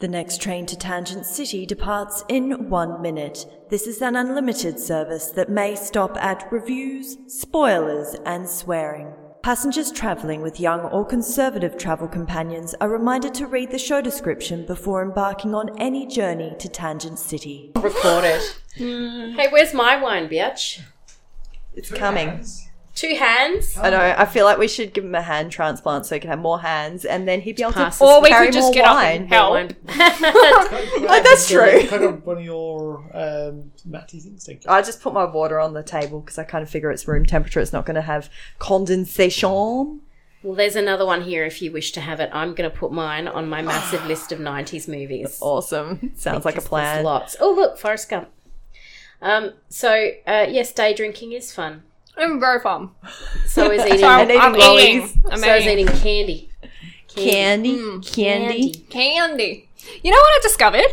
The next train to Tangent City departs in one minute. This is an unlimited service that may stop at reviews, spoilers, and swearing. Passengers traveling with young or conservative travel companions are reminded to read the show description before embarking on any journey to Tangent City. Record it. Hey, where's my wine, bitch? It's coming. Two hands. I know. I feel like we should give him a hand transplant so he can have more hands, and then he'd be able Pass to. us Or we carry could just more get up wine. and help. Wine. Oh, that's true. Click on one of your um, Matty things. Thank you. I just put my water on the table because I kind of figure it's room temperature. It's not going to have condensation. well, there's another one here if you wish to have it. I'm going to put mine on my massive list of 90s movies. Awesome. Sounds Oh, like a Because plan. There's lots. Oh, look, Forrest Gump. Um, so, uh, yes, day drinking is fun. I'm very fun. So is eating, So I'm, eating I'm lollies. eating. I'm so is eating. eating candy. Candy, Mm, candy. Candy. You know what I discovered?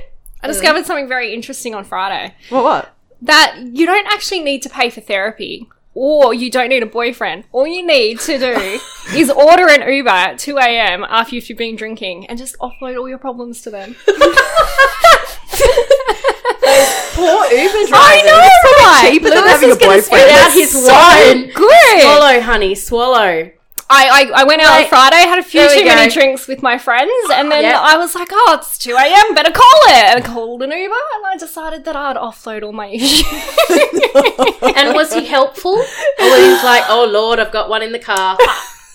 I discovered something very interesting on Friday. What? What? That you don't actually need to pay for therapy. Or you don't need a boyfriend. All you need to do is order an Uber at 2 a.m. after you've been drinking and just offload all your problems to them. Poor Uber driver. I know, right? Cheaper than Lewis having a is gonna boyfriend. spit out That's his so wine. Good. Swallow, honey, swallow. I, I, I went out on Like, Friday, had a few there we too many go. drinks with my friends, and then Yep. I was like, oh, it's 2 a.m., better call it. And I called an Uber, and I decided that I'd offload all my issues. And was he helpful? Or was he like, oh, Lord, I've got one in the car?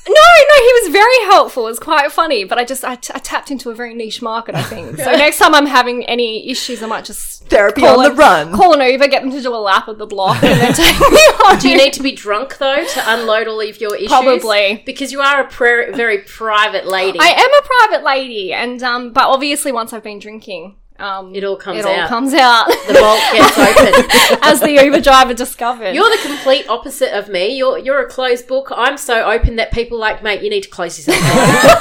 no, no, he was very helpful. It was quite funny, but I just, I, t- I tapped into a very niche market, I think. So next time I'm having any issues, I might just. Therapy Call on the an- run. Call an Uber, get them to do a lap of the block, and then take me home. Do you need to be drunk though to unload all of your issues? Probably. because you are a pri- very private lady. I am a private lady, and um, but obviously once I've been drinking, um, It all comes it all out. comes out. the vault gets open. as the Uber driver discovered. You're the complete opposite of me. You're you're a closed book. I'm so open that people like, mate, you need to close yourself. down."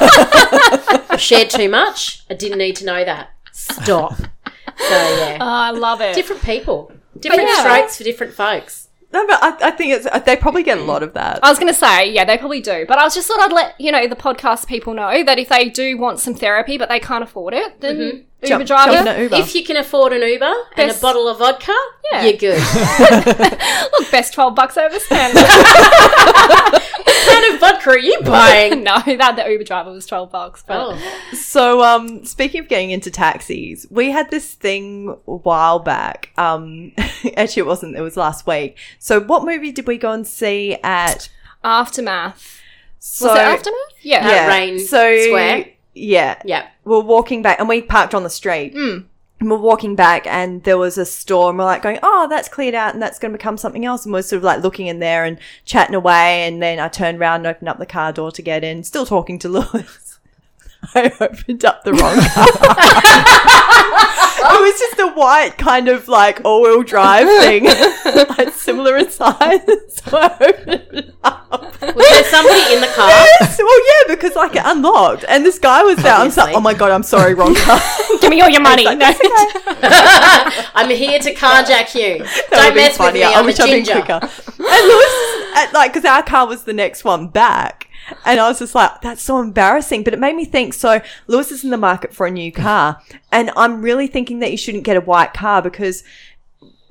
I shared too much. I didn't need to know that. Stop. So yeah, Oh, I love it. different people, different yeah. strokes for different folks. No, but I, I think it's. They probably get a lot of that. I was going to say, yeah, they probably do. But I was just thought I'd let, you know, the podcast people know that if they do want some therapy but they can't afford it, then Uber Jump- driver. jump in an Uber. If you can afford an Uber and a Best- bottle of vodka, Yeah. you're good. what Look, best 12 bucks over spend. kind of vodka are you buying? no, that the Uber driver was 12 bucks. But Oh. So, um, speaking of getting into taxis, we had this thing a while back. Um, actually, it wasn't. It was last week. So, what movie did we go and see at? Aftermath. So, Was it Aftermath? Yeah. yeah. Rain so, Square? Yeah. Yeah. We're walking back, and we parked on the street. And we're walking back, and there was a store, and we're like going, "Oh, that's cleared out, and that's going to become something else." And we're sort of like looking in there and chatting away, and then I turned around and opened up the car door to get in, still talking to Lewis. I opened up the wrong car. it was just a white kind of like all-wheel drive thing, like similar in size. So I opened it up. Was there somebody in the car? Yes, well, yeah, because like it unlocked, and this guy was there. I'm like, Obviously. oh my god, I'm sorry, wrong car. Give me all your money. Like, No. "That's okay." I'm here to carjack you. That Don't would've been mess with me. funnier. I I'm a wish I'd been ginger. quicker. And Lewis, at, like, because our car was the next one back. And I was just like, that's so embarrassing. But it made me think. So Lewis is in the market for a new car. And I'm really thinking that you shouldn't get a white car because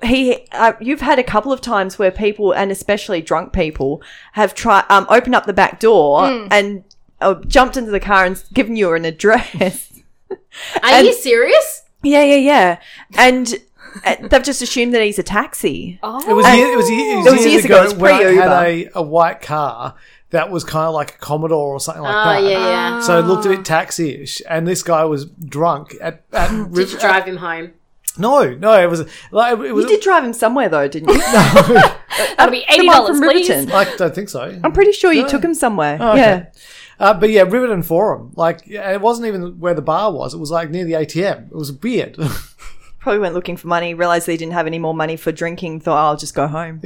he, uh, you've had a couple of times where people, and especially drunk people, have tried, um, opened up the back door Hmm. and uh, jumped into the car and given you an address. Are you serious? yeah, yeah, yeah. And uh, they've just assumed that he's a taxi. It was, years, it was, ye- it was years, ago, it was when I had pre-Uber. a, a white car that was kind of like a Commodore or something like Oh that. yeah, yeah. So it looked a bit taxi-ish, and this guy was drunk at. at Did you drive him home? No, no, it was like it was. You did drive him somewhere though, didn't you? That'll be the $80, one from please. Riverton. I don't think so. I'm pretty sure you took him somewhere. okay. Yeah. Uh, but yeah, Riverton Forum. Like, yeah, it wasn't even where the bar was. It was like near the ATM. It was weird. Probably went looking for money, realized they didn't have any more money for drinking, thought, "Oh, I'll just go home.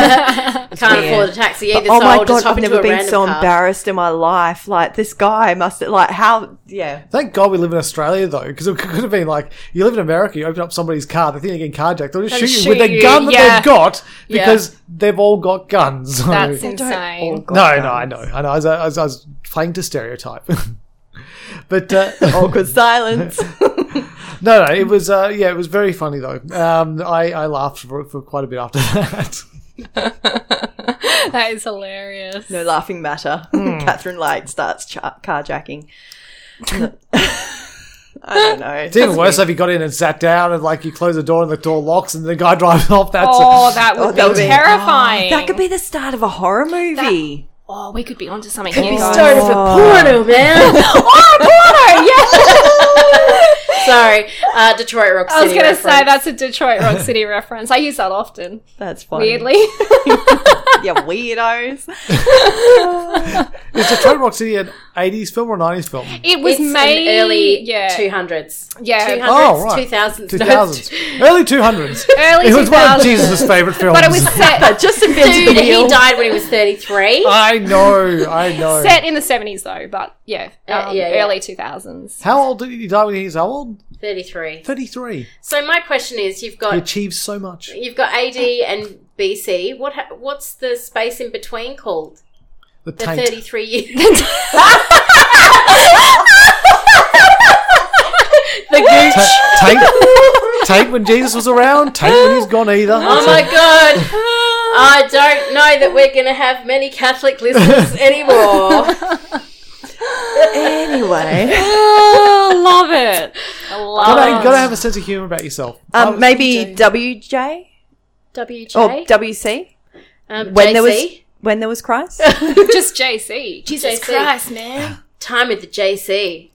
Can't afford a taxi either. oh so my I'll God, just hop I've into never a been random so car. embarrassed in my life. Like, this guy must, like, how, yeah. Thank God we live in Australia though, because it could have been like you live in America, you open up somebody's car, they think they're getting carjacked, they'll just shoot, you with shoot the you, gun that yeah. they've got because they've all got guns. So- That's no, insane. no, I know, I know. I was, I was, I was playing to stereotype, but uh, Oh, Awkward silence. No, no, it was uh, yeah, it was very funny though. Um, I I laughed for, for quite a bit after that. That is hilarious. No laughing matter. Catherine Light starts cha- carjacking. I don't know. It's even worse if you got in and sat down and like you close the door and the door locks and the guy drives off. That's Oh, that would that would be be- Oh, terrifying. That could be the start of a horror movie. Oh, Oh, we could be onto something here, We guys. started for porno, man. Sorry, uh, Detroit Rock City. I was going to reference. say that's a Detroit Rock City reference. I use that often, That's funny. weirdly. yeah, weirdos. is Detroit Rock City an '80s film or a '90s film? It was It's made an early yeah, 200s. Yeah. 200s, Oh, right. 2000s. No, 2000s, early 200s. early It was one of 2000s. Jesus' favorite films. but it was set Just invented Dude, the he wheel. Uh. died when he was 33. I know, I know. set in the 70s though, but yeah, Uh, um, yeah, yeah. early 2000s. How old did he die when he was how old? 33. 33. So my question is, you've He got achieved so much. you've got AD and BC. What ha- what's the space in between called? The The taint. 33 years. the gooch. Ta- taint. taint when Jesus was around. Taint when he's gone either. Oh my god. I don't know that we're going to have many Catholic listeners anymore. anyway. Oh, love it. I love Gotta, it. gotta have a sense of humor about yourself. Um, maybe WJ WJ. or WC um, Oh, when JC. there was when there was Christ. Just JC. Jesus JC. Christ, man. Time with the JC.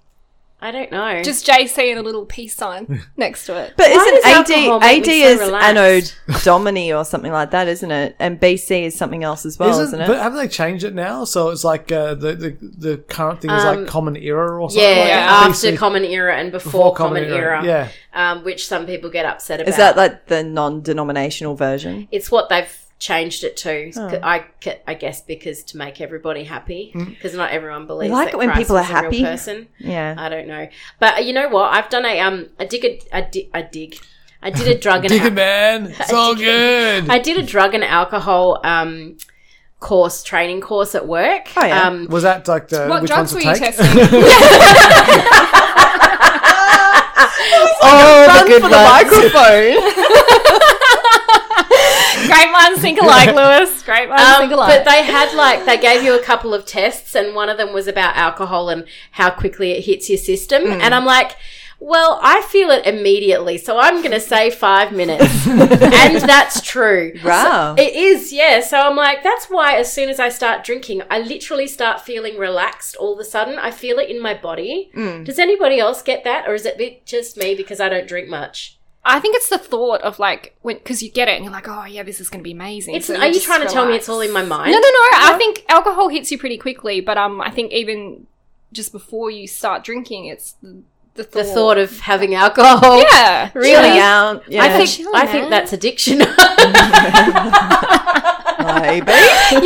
I don't know. Just JC and a little peace sign next to it. But does isn't AD alcohol make AD me so is relaxed? anode domini or something like that, isn't it? And BC is something else as well, isn't, Isn't- But it? haven't they changed it now? So it's like uh, the, the the current thing is Um, like common era or something. yeah, like that. after BC Common Era and before, before Common, Era, Yeah, um, which some people get upset about. Is that like the non-denominational version? it's what they've changed it to. I, I guess because to make everybody happy, Mm. because not everyone believes like that it when Christ people was are a real happy. person. Yeah. I don't know, but uh, you know what? I've done a um, I dig a, I dig, I dig, I did a drug and dig it, al- man. It's all good. I did a drug and alcohol um course training course at work. Oh, yeah. Um, was that like the What Uh, which drugs ones were to you take? testing? Oh, the good microphone. Great minds think alike, Lewis. Great minds Um, think but alike. they had like they gave you a couple of tests, and one of them was about alcohol and how quickly it hits your system. Hmm. And I'm like, well, I feel it immediately, so I'm going to say five minutes, and that's true. Wow. So- it is, yeah. So I'm like, that's why as soon as I start drinking, I literally start feeling relaxed. All of a sudden, I feel it in my body. Hmm. Does anybody else get that, or is it be- just me because I don't drink much? I think it's the thought of like when because you get it and you're like, oh yeah, this is going to be amazing. It's So are you just trying to tell me it's relax. all in my mind? No, no, no. I think alcohol hits you pretty quickly, but um, I think even just before you start drinking, it's the, The the thought. thought of having alcohol. yeah, Really? Down. Yeah. I think Chill, I think man. that's addiction. Uh, maybe.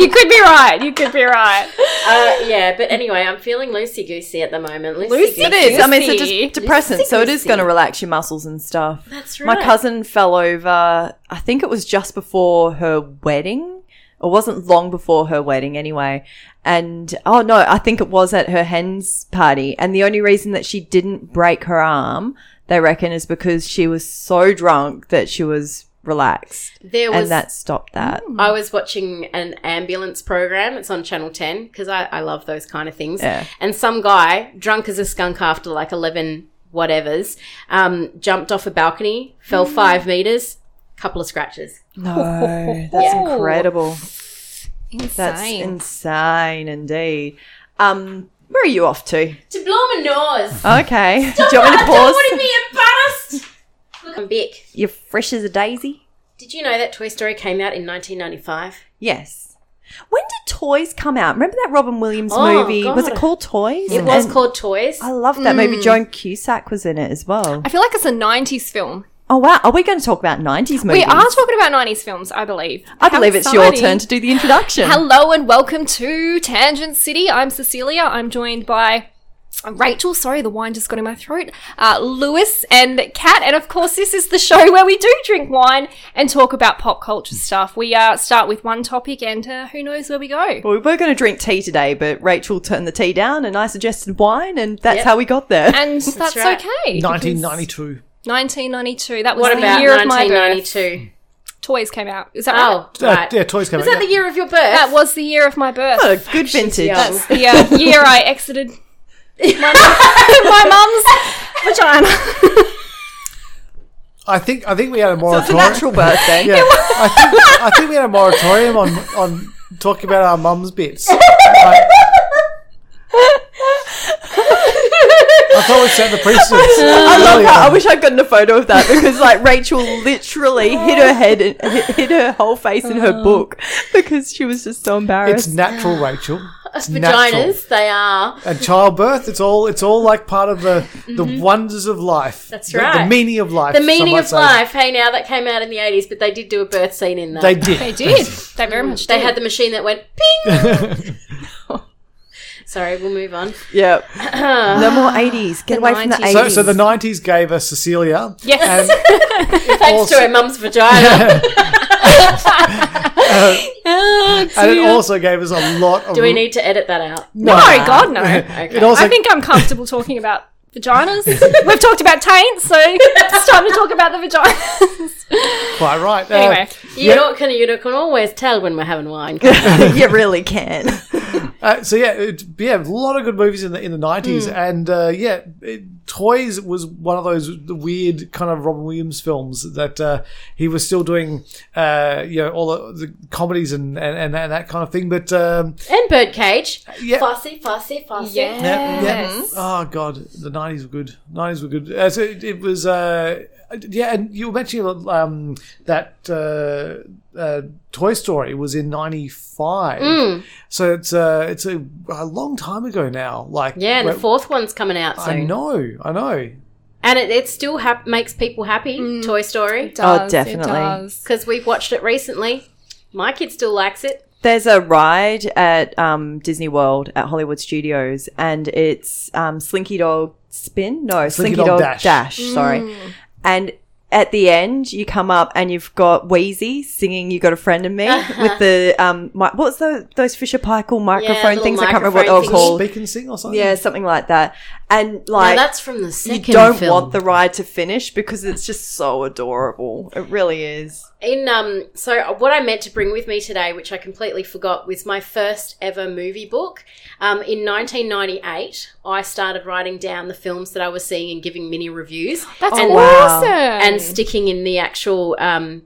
you could be right. You could be right. Uh, yeah, but anyway, I'm feeling loosey goosey at the moment. It Loosey goosey. is. I mean, it's a Lucy. de- depressant, so it is going to relax your muscles and stuff. That's My right. cousin fell over, I think it was just before her wedding. It wasn't long before her wedding, anyway. And oh no, I think it was at her hen's party. And the only reason that she didn't break her arm, they reckon, is because she was so drunk that she was relaxed. There was Mm. and that stopped that. I was watching an ambulance program. It's on Channel 10 because I, I love those kind of things. Yeah. And some guy, drunk as a skunk after like 11 whatevers, um, jumped off a balcony, fell Mm. five meters, couple of scratches. No, that's Yeah. incredible. That's Insane. insane indeed. Um, where are you off to? To blow my nose. Okay. Do you want me to pause? be embarrassed. Look, I'm big. You're fresh as a daisy. Did you know that Toy Story came out in 1995? Yes. When did Toys come out? Remember that Robin Williams Oh, movie? Was it God. called Toys? It was Mm. And called Toys. I love that movie. Joan Cusack was in it as well. I feel like it's a '90s film. Oh wow! Are we going to talk about nineties movies? We are talking about '90s films, I believe. I How believe it's your exciting. turn to do the introduction. Hello and welcome to Tangent City. I'm Cecilia. I'm joined by Rachel. Sorry, the wine just got in my throat. Uh, Lewis and Kat. And of course, this is the show where we do drink wine and talk about pop culture stuff. We uh, start with one topic and uh, who knows where we go. Well, we were going to drink tea today, but Rachel turned the tea down, and I suggested wine, and that's Yep. how we got there. And that's, right. okay. 1992. 1992. That was What the about year of my birth. 1992? Toys came out. Is that right? Oh, right. yeah, toys came Was out. that yeah. the year of your birth? That was the year of my birth. Oh. What a good vintage. young. That's- The uh, year I exited my, my mum's vagina. I think I think we had a It's a moratorium. natural birthday. yeah, I think I think we had a moratorium on on talking about our mum's bits. Like, I thought we set the precedence. I love Oh, how I wish I'd gotten a photo of that because like Rachel literally hid her head and hid, hid her whole face in Oh. her book because she was just so It's embarrassed. natural, Rachel. It's Vaginas, natural. they are. and childbirth. It's all it's all like part of the the wonders of life. Mm-hmm. That's The- The, right. meaning of life. The some meaning might of say. life. Hey, now that came out in the 80s, but they did do a birth scene in that. They They, did. they did. They very much did. had the machine that went ping. Sorry, we'll move on. yep. no more eighties. Get away from the 90s. so, eighties. so the nineties gave us Cecilia. Yes. Um, And Thanks to her mum's vagina. and it also gave us a lot of Do we need to edit that out? no, God, no. it also I think I'm comfortable talking about vaginas. We've talked about taints, so it's time to talk about the vaginas. quite right. Uh, anyway, You, know, can, you can always tell when we're having wine. you really can. Uh, so yeah, it, yeah, a lot of good movies in the in the nineties, and uh, yeah, it, Toys was one of those weird kind of Robin Williams films that uh, he was still doing, uh, you know, all the, the comedies and, and, and and that kind of thing. But um, and Birdcage. yeah, Fussy, fussy, fussy. yes. yeah, Oh god, the nineties were good. Nineties were good. Uh, so it, it was. Uh, yeah, and you were mentioning um, that uh, uh, Toy Story was in '95, so it's uh, it's a, a long time ago now. Like Yeah, and the where- fourth one's coming out soon. I know, I know. And it, it still hap makes people happy, Toy Story. Oh, Does, it definitely. does. Because we've watched it recently. My kid still likes it. There's a ride at um, Disney World at Hollywood Studios, and it's um, Slinky Dog Spin. No, Slinky, Dog, Dash. sorry, and at the end you come up and you've got Wheezy singing "You Got a Friend in Me" with the um, mi- what's the those Fisher Paykel microphone little things? I can't remember what microphone they're thingy. called. Speak and sing or something. Yeah, something like that. And Now, like that's from the you second don't film. want the ride to finish because it's just so adorable. It really is. In um, so what I meant to bring with me today, which I completely forgot, was my first ever movie book. Um, in 1998, I started writing down the films that I was seeing and giving mini reviews. That's and, wow. awesome. Oh, and sticking in the actual um,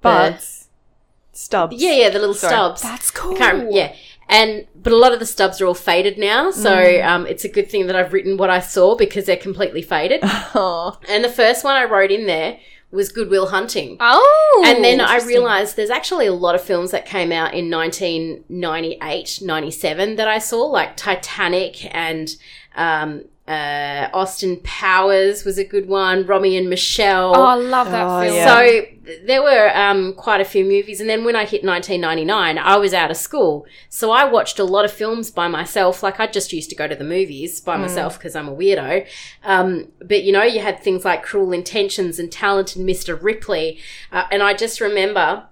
But the- stubs. yeah, yeah, the little Sorry. stubs. That's cool. I can't rem- yeah. And but a lot of the stubs are all faded now, so um, it's a good thing that I've written what I saw because they're completely faded. Aw. and the first one I wrote in there was Goodwill Hunting. Oh. and then I realized there's actually a lot of films that came out in 1998, 97 that I saw, like Titanic and um, uh, Austin Powers was a good one, Romy and Michelle. Oh, I love that Oh, film. yeah. So th- there were um, quite a few movies, and then when I hit 1999, I was out of school, so I watched a lot of films by myself. Like I just used to go to the movies Mm. by myself because I'm a weirdo. Um, but you know, you had things like Cruel Intentions and Talented Mr. Ripley, uh, and I just remember.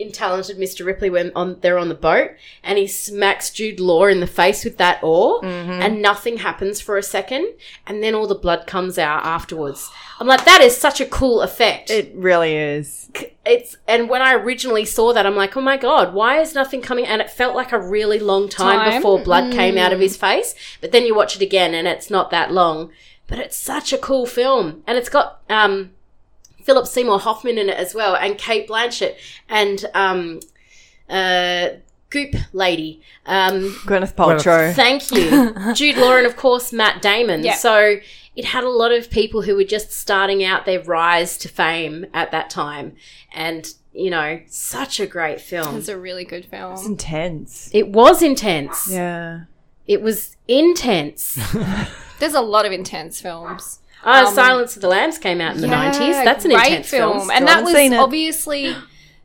In Talented Mr. Ripley, when on, they're on the boat and he smacks Jude Law in the face with that oar, Mm-hmm. and nothing happens for a second, and then all the blood comes out afterwards. I'm like, that is such a cool effect It really is. it's and when I originally saw that, I'm like, oh my god, why is nothing coming? And it felt like a really long time, Time. before blood came out of his face. But then you watch it again, and it's not that long. But it's such a cool film, and it's got um, Philip Seymour Hoffman in it as well, and Kate Blanchett, and um, uh, Goop Lady. Um, Gwyneth Paltrow. Thank you. Jude Law and, of course, Matt Damon. Yeah. So it had a lot of people who were just starting out their rise to fame at that time. And, you know, such a great film. It's a really good It's film. intense. It was intense. Yeah. It was intense. There's a lot of intense films. Oh, Silence of the Lambs came out in the Um, Yeah, 90s. That's an great intense film. and Still that haven't seen was it. obviously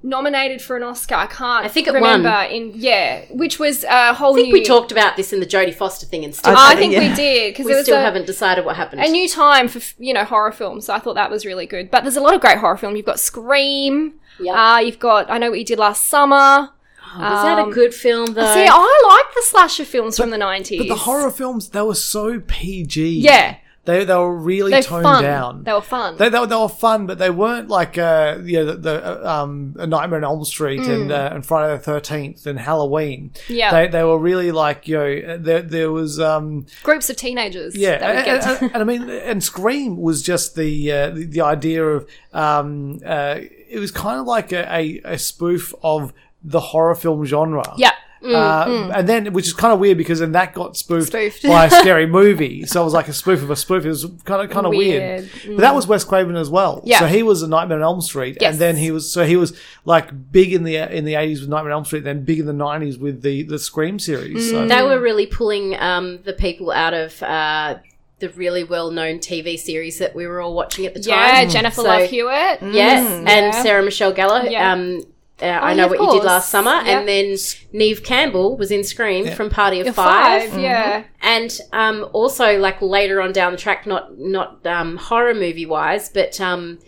nominated for an Oscar. I can't. I think it won. remember in yeah, which was a whole I think new. we talked about this in the Jodie Foster thing and still, I- Oh, I think Yeah. we did because it we was still a, haven't decided what happened. a new time for f- you know horror films. So I thought that was really good. But there's a lot of great horror film. You've got Scream. Yeah. Uh, you've got I know what you did last summer. Oh, was that a um, good film, though? See, I like the slasher films from the 90s. But the horror films, they were so PG. Yeah. They they were really They're toned fun. down. They were fun. They, they, were- they were fun, but they weren't like uh, yeah, the, the uh, um, A Nightmare on Elm Street and, uh, and Friday the Thirteenth and Halloween. Mm. Yeah. they, they were really like you know there there was um, Groups of teenagers. yeah, That would and, get and, and- and I mean, and Scream was just the uh, the, the idea of um, uh, it was kind of like a, a, a spoof of the horror film genre. yeah. Uh, And then, which is kind of weird because then that got spoofed, Mm, Spoofed. by a scary movie. So it was like a spoof of a spoof. It was kind of kind of weird. Weird. But that was Wes Craven as well. Yeah. So he was a Nightmare on Elm Street, Yes. and then he was so he was like big in the in the eighties with Nightmare on Elm Street, then big in the nineties with the the Scream series. Mm, So. They were really pulling um, the people out of uh, the really well known TV series that we were all watching at the Yeah, time. Mm. Jennifer So- mm. Love Hewitt. Mm, Yes, and Yeah. Sarah Michelle Gellar. Yeah. Oh, Um, uh, I yeah, know of what you course. did last summer, Yeah. and then Neve Campbell was in Scream from Party of Five, Mm-hmm. Five. Yeah. and um, also like later on down the track, not not um, horror movie wise, but um,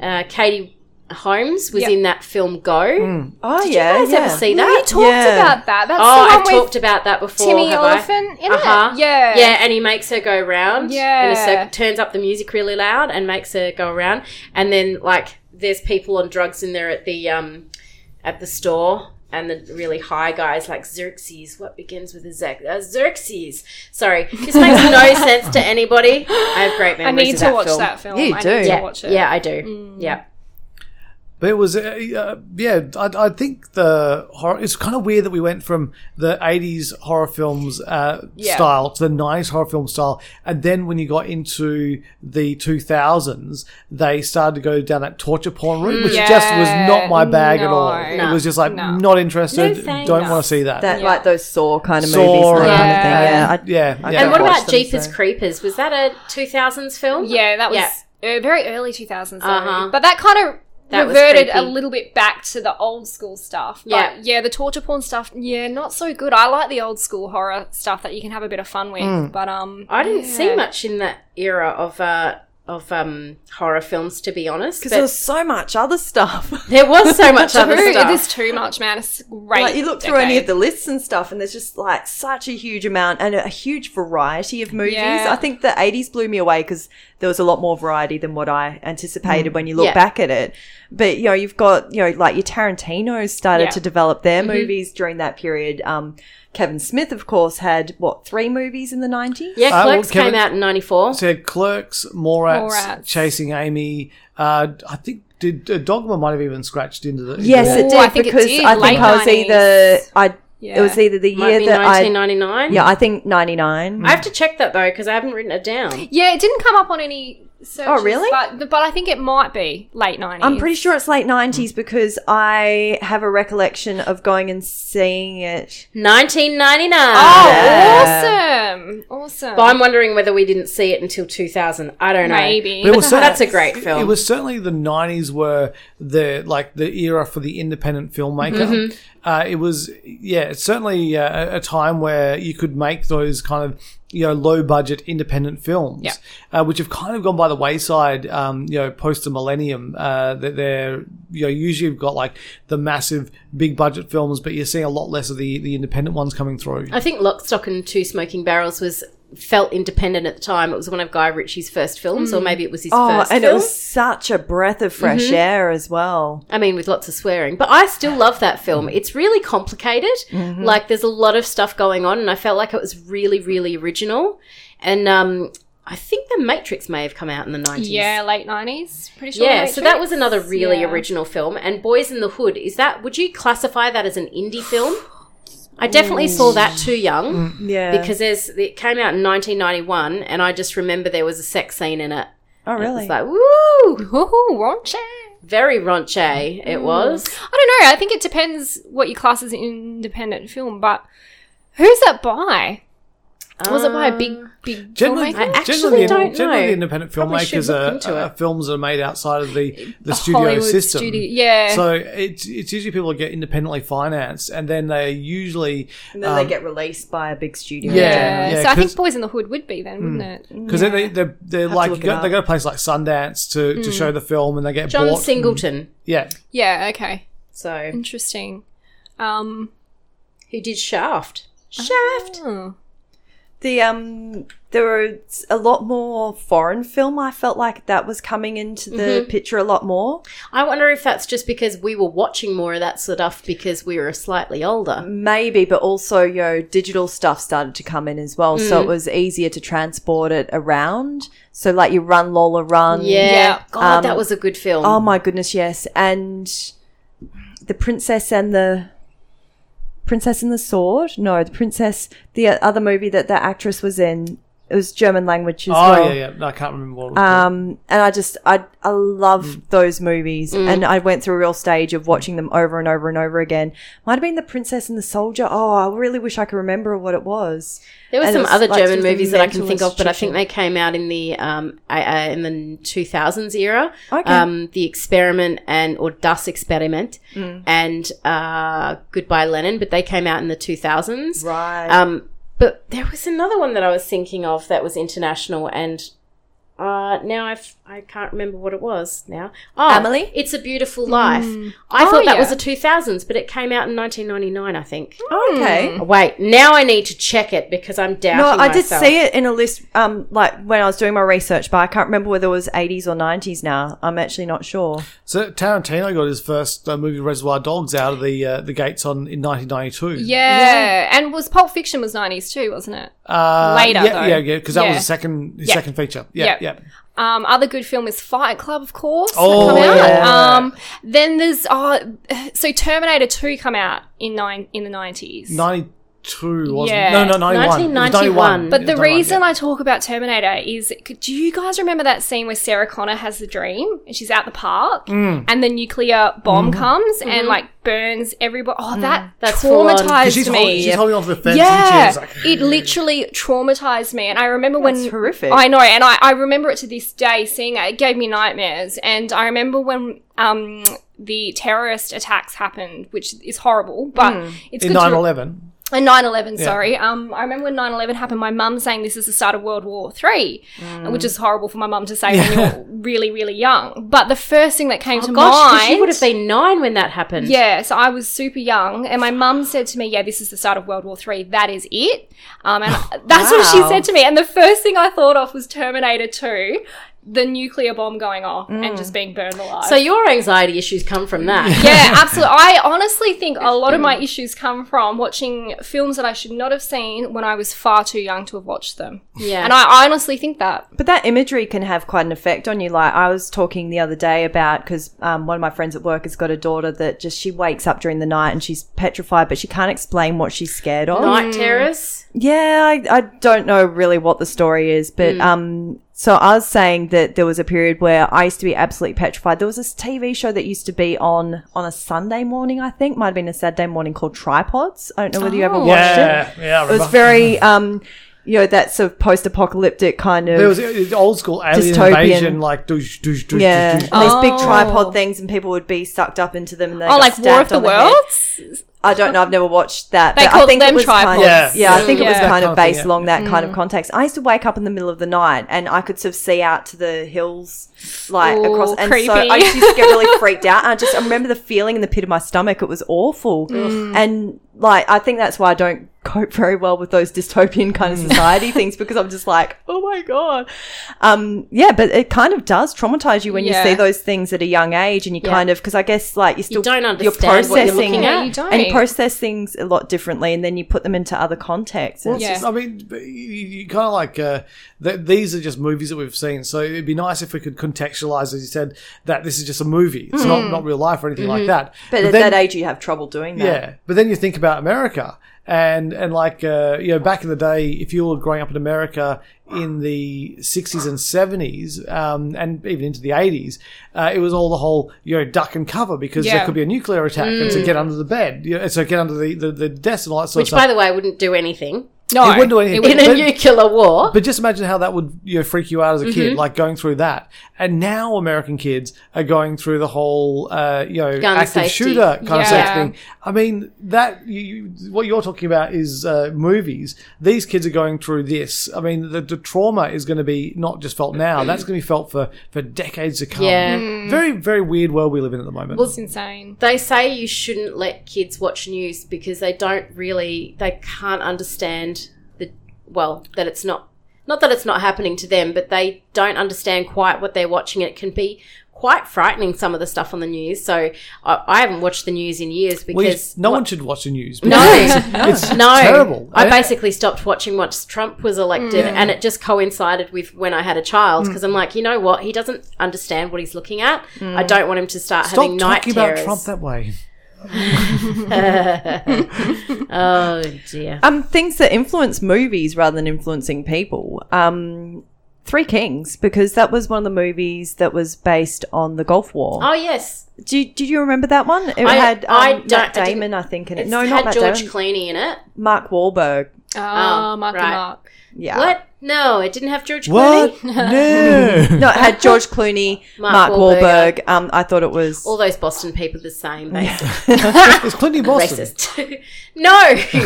uh, Katie Holmes was Yeah. in that film Go. Oh Did yeah, you guys yeah. ever see We that? talked Yeah. about that. That's Oh, the one I've with talked about that before. Timmy have I? Elephant in Uh-huh. it. Yeah. Yeah, and he makes her go round. In Yeah. a circle, turns up the music really loud and makes her go around. And then like there's people on drugs in there at the um at the store and the really high guys like Xerxes. What begins with a Z? Uh, Xerxes. Sorry. This makes no sense to anybody. I have great I memories. need of to that watch film. that film. Yeah, you I do. need Yeah. to watch it. Mm. Yeah, I do. Yeah. But it was, uh, uh, yeah, I, I think the horror, it's kind of weird that we went from the 80s horror films uh, Yeah. style to the 90s horror film style. And then when you got into the 2000s, they started to go down that torture porn route, which just was not my bag at all. Hmm. no, it was just like, no. not interested, thanks. don't want to see that. That Yeah. like those Saw kind of Saw movies, and that and- kind of thing. Yeah, I- yeah, I yeah. don't And what watch about them, Jeepers so- Creepers? Was that a 2000s film? Yeah, that was Yeah. uh, very early 2000s. Uh-huh. uh But that kind of That was reverted a creepy. little bit back to the old school stuff. But Yeah. yeah, the torture porn stuff, yeah, not so good. I like the old school horror stuff that you can have a bit of fun with. Hmm. But um I didn't yeah. see much in that era of uh, of um, horror films, to be honest. Because but there was so much other stuff. there was so much Too- other stuff. It is too much, man. It's great. Like you look through any decade. of the lists and stuff, and there's just like such a huge amount and a huge variety of movies. Yeah. I think the 80s blew me away because there was a lot more variety than what I Mm. anticipated when you look Yeah. back at it. But you know, you've got you know, like your Tarantino's started Yeah. Mm-hmm. to develop their movies during that period. Um, Kevin Smith, of course, had what three movies in the 90s? Yeah, Uh, well, Clerks Kevin- came out in '94. So you had Clerks, Morats, Morats. Chasing Amy. Uh, I think did uh, Dogma might have even scratched into the. into Yes, that. it Ooh, did. I think it because did, I think late I was 90s. either I Yeah. it was either the Might year be that I 1999. yeah I think 99. Mm. I have to check that though because I haven't written it down. Yeah, it didn't come up on any searches. Oh, really? But, but I think it might be late 90s. I'm pretty sure it's late 90s because I have a recollection of going and seeing it. 1999. Oh, Yeah. awesome. Awesome. But I'm wondering whether we didn't see it until 2000. I don't know. Maybe. But it was cer- That's a great film. It was certainly the '90s were the like the era for the independent filmmaker. Mm-hmm. Uh, it was yeah, it's certainly uh, a- a time where you could make those kind of you know low budget independent films, uh, which have kind of gone by the wayside. Um, you know, post the millennium, uh, that they're you know usually you've got like the massive big budget films, but you're seeing a lot less of the the independent ones coming through. I think Lock, Stock, and Two Smoking Barrels was felt independent at the time. It was one of Guy Ritchie's first films, or maybe it was his Oh, first and film. it was such a breath of fresh air as well. I mean, with lots of swearing, but I still love that film. It's really complicated. Like, there's a lot of stuff going on, and I felt like it was really, really original. And um, I think The Matrix may have come out in the 90s. yeah, late 90s. Pretty sure. Yeah, so that was Matrix. another really Yeah. original film. And Boys in the Hood, is that, would you classify that as an indie film? I definitely saw that too young Yeah. because there's, it came out in 1991, and I just remember there was a sex scene in it. oh, It really? was like, woo! Ooh, raunchy. Very raunchy Mm. it was. I don't know. I think it depends what your class is an independent film, but who's that by? was it by a big, big Generally, filmmaker? I generally, actually don't generally know. independent Probably should filmmakers look are, into are it. films that are made outside of the, the, studio Hollywood system. studio- yeah. So it's, it's usually people get independently financed, and then they usually and then they get released by a big studio. Yeah. yeah. yeah, so I 'cause- Hmm. think Boys in the Hood would be then, wouldn't it? because they they're, they're to like look you go, it they up. go to places like Sundance to, to show the film, and they get John bought. Singleton. Yeah, Yeah, okay. So, Interesting. Um, Uh-huh. who did Shaft? Shaft. oh. The um there were a lot more foreign film. I felt like that was coming into the picture a lot more. I wonder if that's just because we were watching more of that stuff because we were slightly older. Maybe, but also, you know, digital stuff started to come in as well. So it was easier to transport it around. So, like, you run Lola Run. Yeah. Yeah. God, Um, that was a good film. Oh my goodness, yes. And the princess and the princess and the sword. No, the princess. The other movie that the actress was in. It was German language as Oh well. yeah, yeah. No, I can't remember what. It was called. Um, and I just I I love Mm. those movies, and I went through a real stage of watching them over and over and over again. Might have been The Princess and the Soldier. Oh, I really wish I could remember what it was. There were And some it's other like German sort of a movies that I can mental think of, but I institution. think they came out in the um, I, uh, in the two thousands era. Okay. Um, the experiment and or Das Experiment and uh, Goodbye Lenin, but they came out in the two thousands. Right. Um, but there was another one that I was thinking of that was international, and uh, now I've I can't remember what it was now. Oh, Amelie? It's a Beautiful Life. Mm. I Oh, thought that yeah. was the two thousands, but it came out in nineteen ninety nine, I think. Mm. okay. Wait, now I need to check it because I'm doubting. No, I did myself. see it in a list, um, like when I was doing my research, but I can't remember whether it was 80s or 90s now. I'm actually not sure. so Tarantino got his first uh, movie Reservoir Dogs out of the uh, the gates on in 1992. Yeah. and was Pulp Fiction was nineties too, wasn't it? Uh, Later, Yeah, though. yeah, yeah. Because that was Yeah. his second his Yeah. second feature. Yeah, Yeah. yeah. Um, other good film is Fight Club, of course. that Oh, come out. yeah. Um, then there's uh, so Terminator Two come out in nine in the nineties. 92 wasn't Yeah. it? No, no, 91. It was 1991. But the 91, reason yeah. I talk about Terminator is do you guys remember that scene where Sarah Connor has the dream and she's out the park Mm. and the nuclear bomb Mm-hmm. comes and like burns everyone? Oh, Mm. that That's full on. 'Cause traumatized she's, me. holding, she's holding onto the fence yeah, and she's like, it literally traumatized me, and I remember when That's horrific. I know, and I, I remember it to this day. Seeing it, it gave me nightmares, and I remember when um the terrorist attacks happened, which is horrible, but it's in good to 9 11. and 9-11 Uh, sorry um, i remember when 9-11 happened my mum saying this is the start of world war three Mm. which is horrible for my mum to say when you're really really young but the first thing that came Oh to gosh, 'cause mind you would have been nine when that happened. yeah so i was super young and my mum said to me yeah this is the start of world war three that is it um, and that's what she Wow. said to me and the first thing i thought of was terminator 2 the nuclear bomb going off and just being burned alive Mm. So your anxiety issues come from that. yeah, absolutely. I honestly think a lot of Mm. my issues come from watching films that I should not have seen when I was far too young to have watched them. Yeah. And I honestly think that. But that imagery can have quite an effect on you. Like I was talking the other day about because um, one of my friends at work has got a daughter that just she wakes up during the night and she's petrified, but she can't explain what she's scared of. Night terrors. Mm. Yeah, I, I don't know really what the story is, but Hmm. um, so I was saying that there was a period where I used to be absolutely petrified. There was this TV show that used to be on on a Sunday morning, I think, might have been a Saturday morning called Tripods. I don't know whether you ever Oh. watched Yeah, it. yeah. I It was remember. very, um, you know, that sort of post apocalyptic kind of. There was it- it- old school alien Dystopian. invasion, like douche, douche, douche, yeah, douche, douche. and these big Oh. tripod things, and people would be sucked up into them. And they Oh, got like War of stabbed the on head. Worlds? I don't know. I've never watched that. They but I called think them it was Kind tripods. of, Yeah. yeah, I think it was Yeah. Mm. kind That of kind of thing, based yeah. along that kind of context. I used to wake up in the middle of the night and I could sort of see out to the hills, like Ooh, across. And so creepy. I used to get really freaked out. And I just I remember the feeling in the pit of my stomach. It was awful. Mm. And like I think that's why I don't cope very well with those dystopian kind of society things because I'm just like, oh my god. Um, yeah, but it kind of does traumatize you when Yeah. you see those things at a young age, and you kind of because I guess like you still don't you're understand processing what you're looking at. Yeah, you don't. and you process things a lot differently, and then you put them into other contexts. And Well, it's Yeah. it's- I mean, you, you kind of like uh, th- these are just movies that we've seen, so it'd be nice if we could contextualize, as you said, that this is just a movie. It's not not real life or anything like that. But at then- that age, you have trouble doing that. Yeah, Um, but then you think about America, and and like uh, you know, back in the day, if you were growing up in America in the '60s and '70s, um, and even into the '80s, uh, it was all the whole you know duck and cover because Yeah. there could be a nuclear attack, and so get under the bed, you know, and so get under the the, the desk and all that sort Which, of by stuff. the way, wouldn't do anything No. It wouldn't do anything. in a But- nuclear war. but just imagine how that would you know, freak you out as a kid, Mm-hmm. like going through that. And now American kids are going through the whole uh, you know Gun active safety. shooter kind of Yeah. safety thing. I mean that you, you, what you're talking about is uh, movies. These kids are going through this. I mean the, the trauma is going to be not just felt now. That's going to be felt for for decades to come. Mm. Yeah. Very very weird world we live in at the moment. It's insane. they say you shouldn't let kids watch news because they don't really, they can't understand the well that it's not Not that it's not happening to them, but they don't understand quite what they're watching. It can be quite frightening some of the stuff on the news. So I, I haven't watched the news in years Well, you- because no one should watch the news. no, it's no, terrible. I Eh? basically stopped watching once Trump was elected, and it just coincided with when I had a child Mm. because I'm like, you know what? He doesn't understand what he's looking at. I don't want him to start having Stop night talking about terrors. Trump that way. oh dear. um, things that influence movies rather than influencing people. Um, Three Kings, because that was one of the movies that was based on the Gulf War. Oh yes, Do, did you remember that one? It I- had um, I don't- Matt I didn't- Damon, I, think, in it. it's No, had not Matt George Damon. Clooney in it. Mark Wahlberg. Oh, Oh, Mark right. and Mark. Yeah. What? No, it didn't have George Clooney. What? no. No, it had George Clooney, Mark Mark, Wahlberg. Wahlberg. Um, I thought it was. All those Boston people the same, basically. It's Clinton Boston. Racist. no,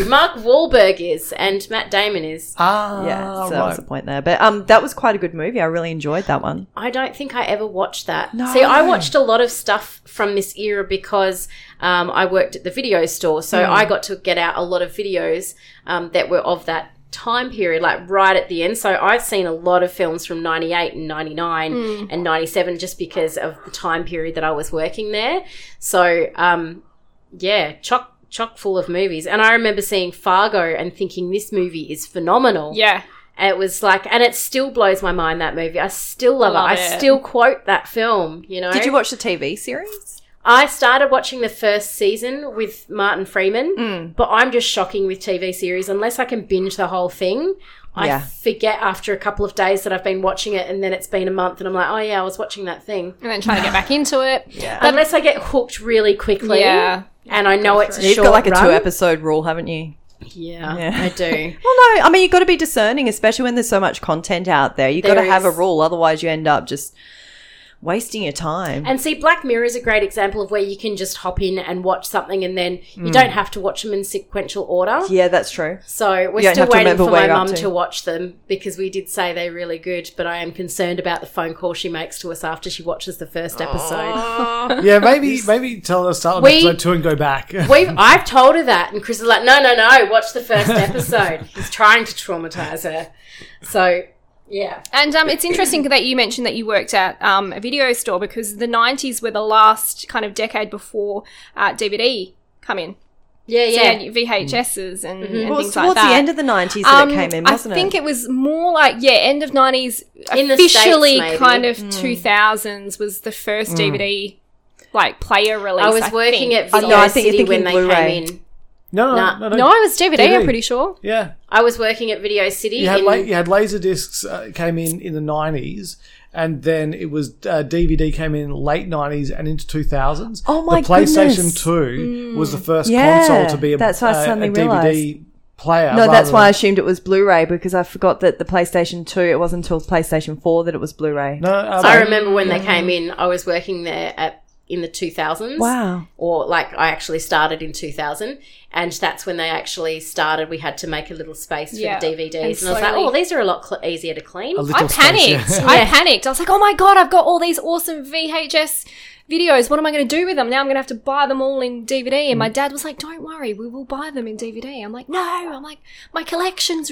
Mark Wahlberg is, and Matt Damon is. Ah, yeah, so that was right. the point there. But um, that was quite a good movie. I really enjoyed that one. I don't think I ever watched that. See, I watched a lot of stuff from this era because um, I worked at the video store, so I got to get out a lot of videos um, that were of that time period, like right at the end. So I've seen a lot of films from '98 and '99 and '97 just because of the time period that I was working there. So um, yeah, chock chock full of movies, and I remember seeing Fargo and thinking this movie is phenomenal. Yeah. It was like, and it still blows my mind that movie. I still love, Love it. I it. still quote that film. You know, Did you watch the TV series? I started watching the first season with Martin Freeman, Mm. but I'm just shocking with TV series unless I can binge the whole thing. I Yeah. forget after a couple of days that I've been watching it, and then it's been a month, and I'm like, oh yeah, I was watching that thing. And then try to get back into it. Yeah. unless I get hooked really quickly, Yeah. and I know it's a You've short got like a run. two episode rule, haven't you? Yeah, Yeah. I do. Well, no. I mean, you've got to be discerning, especially when there's so much content out there. You've got There to have a is. rule, otherwise, you end up just wasting your time. And see, Black Mirror is a great example of where you can just hop in and watch something, and then you don't have to watch them in sequential order. Mm. yeah, that's true. So we're You don't still have to waiting remember for where my you're up mum to. to watch them because we did say they're really good, but I am concerned about the phone call she makes to us after she watches the first episode. Yeah, maybe maybe tell us start on We- episode two and go back. We've, I've told her that, and Chris is like, no, no, no, watch the first episode. He's trying to traumatise her. So, yeah. And um, it's interesting that you mentioned that you worked at um, a video store because the 90s were the last kind of decade before uh, DVD come in. Yeah, So yeah. yeah, VHSs and, and Mm-hmm. Well, things towards like that. the end of the 90s that Um, it came in, wasn't I think it? it? was more like yeah, end of nineties, In the States, officially maybe. kind of Mm. two thousands was the first DVD like player release. I was working think. at Oh, Video no, I think you're City when they thinking Blu-ray. came in. no, no, Nah. no, no, no, it was DVD, DVD. I'm pretty sure. Yeah, I was working at Video City. you had in, la- you had laser discs uh, came in in the nineties, and then it was uh, DVD came in late nineties and into two thousands. Oh my The PlayStation goodness. Mm. Two was the first Yeah, console to be a, uh, that's what I a- a suddenly DVD player. No, that's rather why I than- assumed it was Blu-ray because I forgot that the PlayStation 2, it wasn't until PlayStation 4 that it was Blu-ray. no, uh, I remember when they came in, I was working there at in the 2000s. Wow. Or like I actually started in 2000 and that's when they actually started we had to make a little space for Yeah, the DVDs and, and I was like, slowly- "Oh, these are a lot cl- easier to clean." a I little space, panicked. yeah. I panicked. I was like, oh my god, I've got all these awesome VHS videos. What am I going to do with them? Now I'm going to have to buy them all in DVD. Mm. And my dad was like, don't worry, we will buy them in DVD. I'm like, no. I'm like, my collection's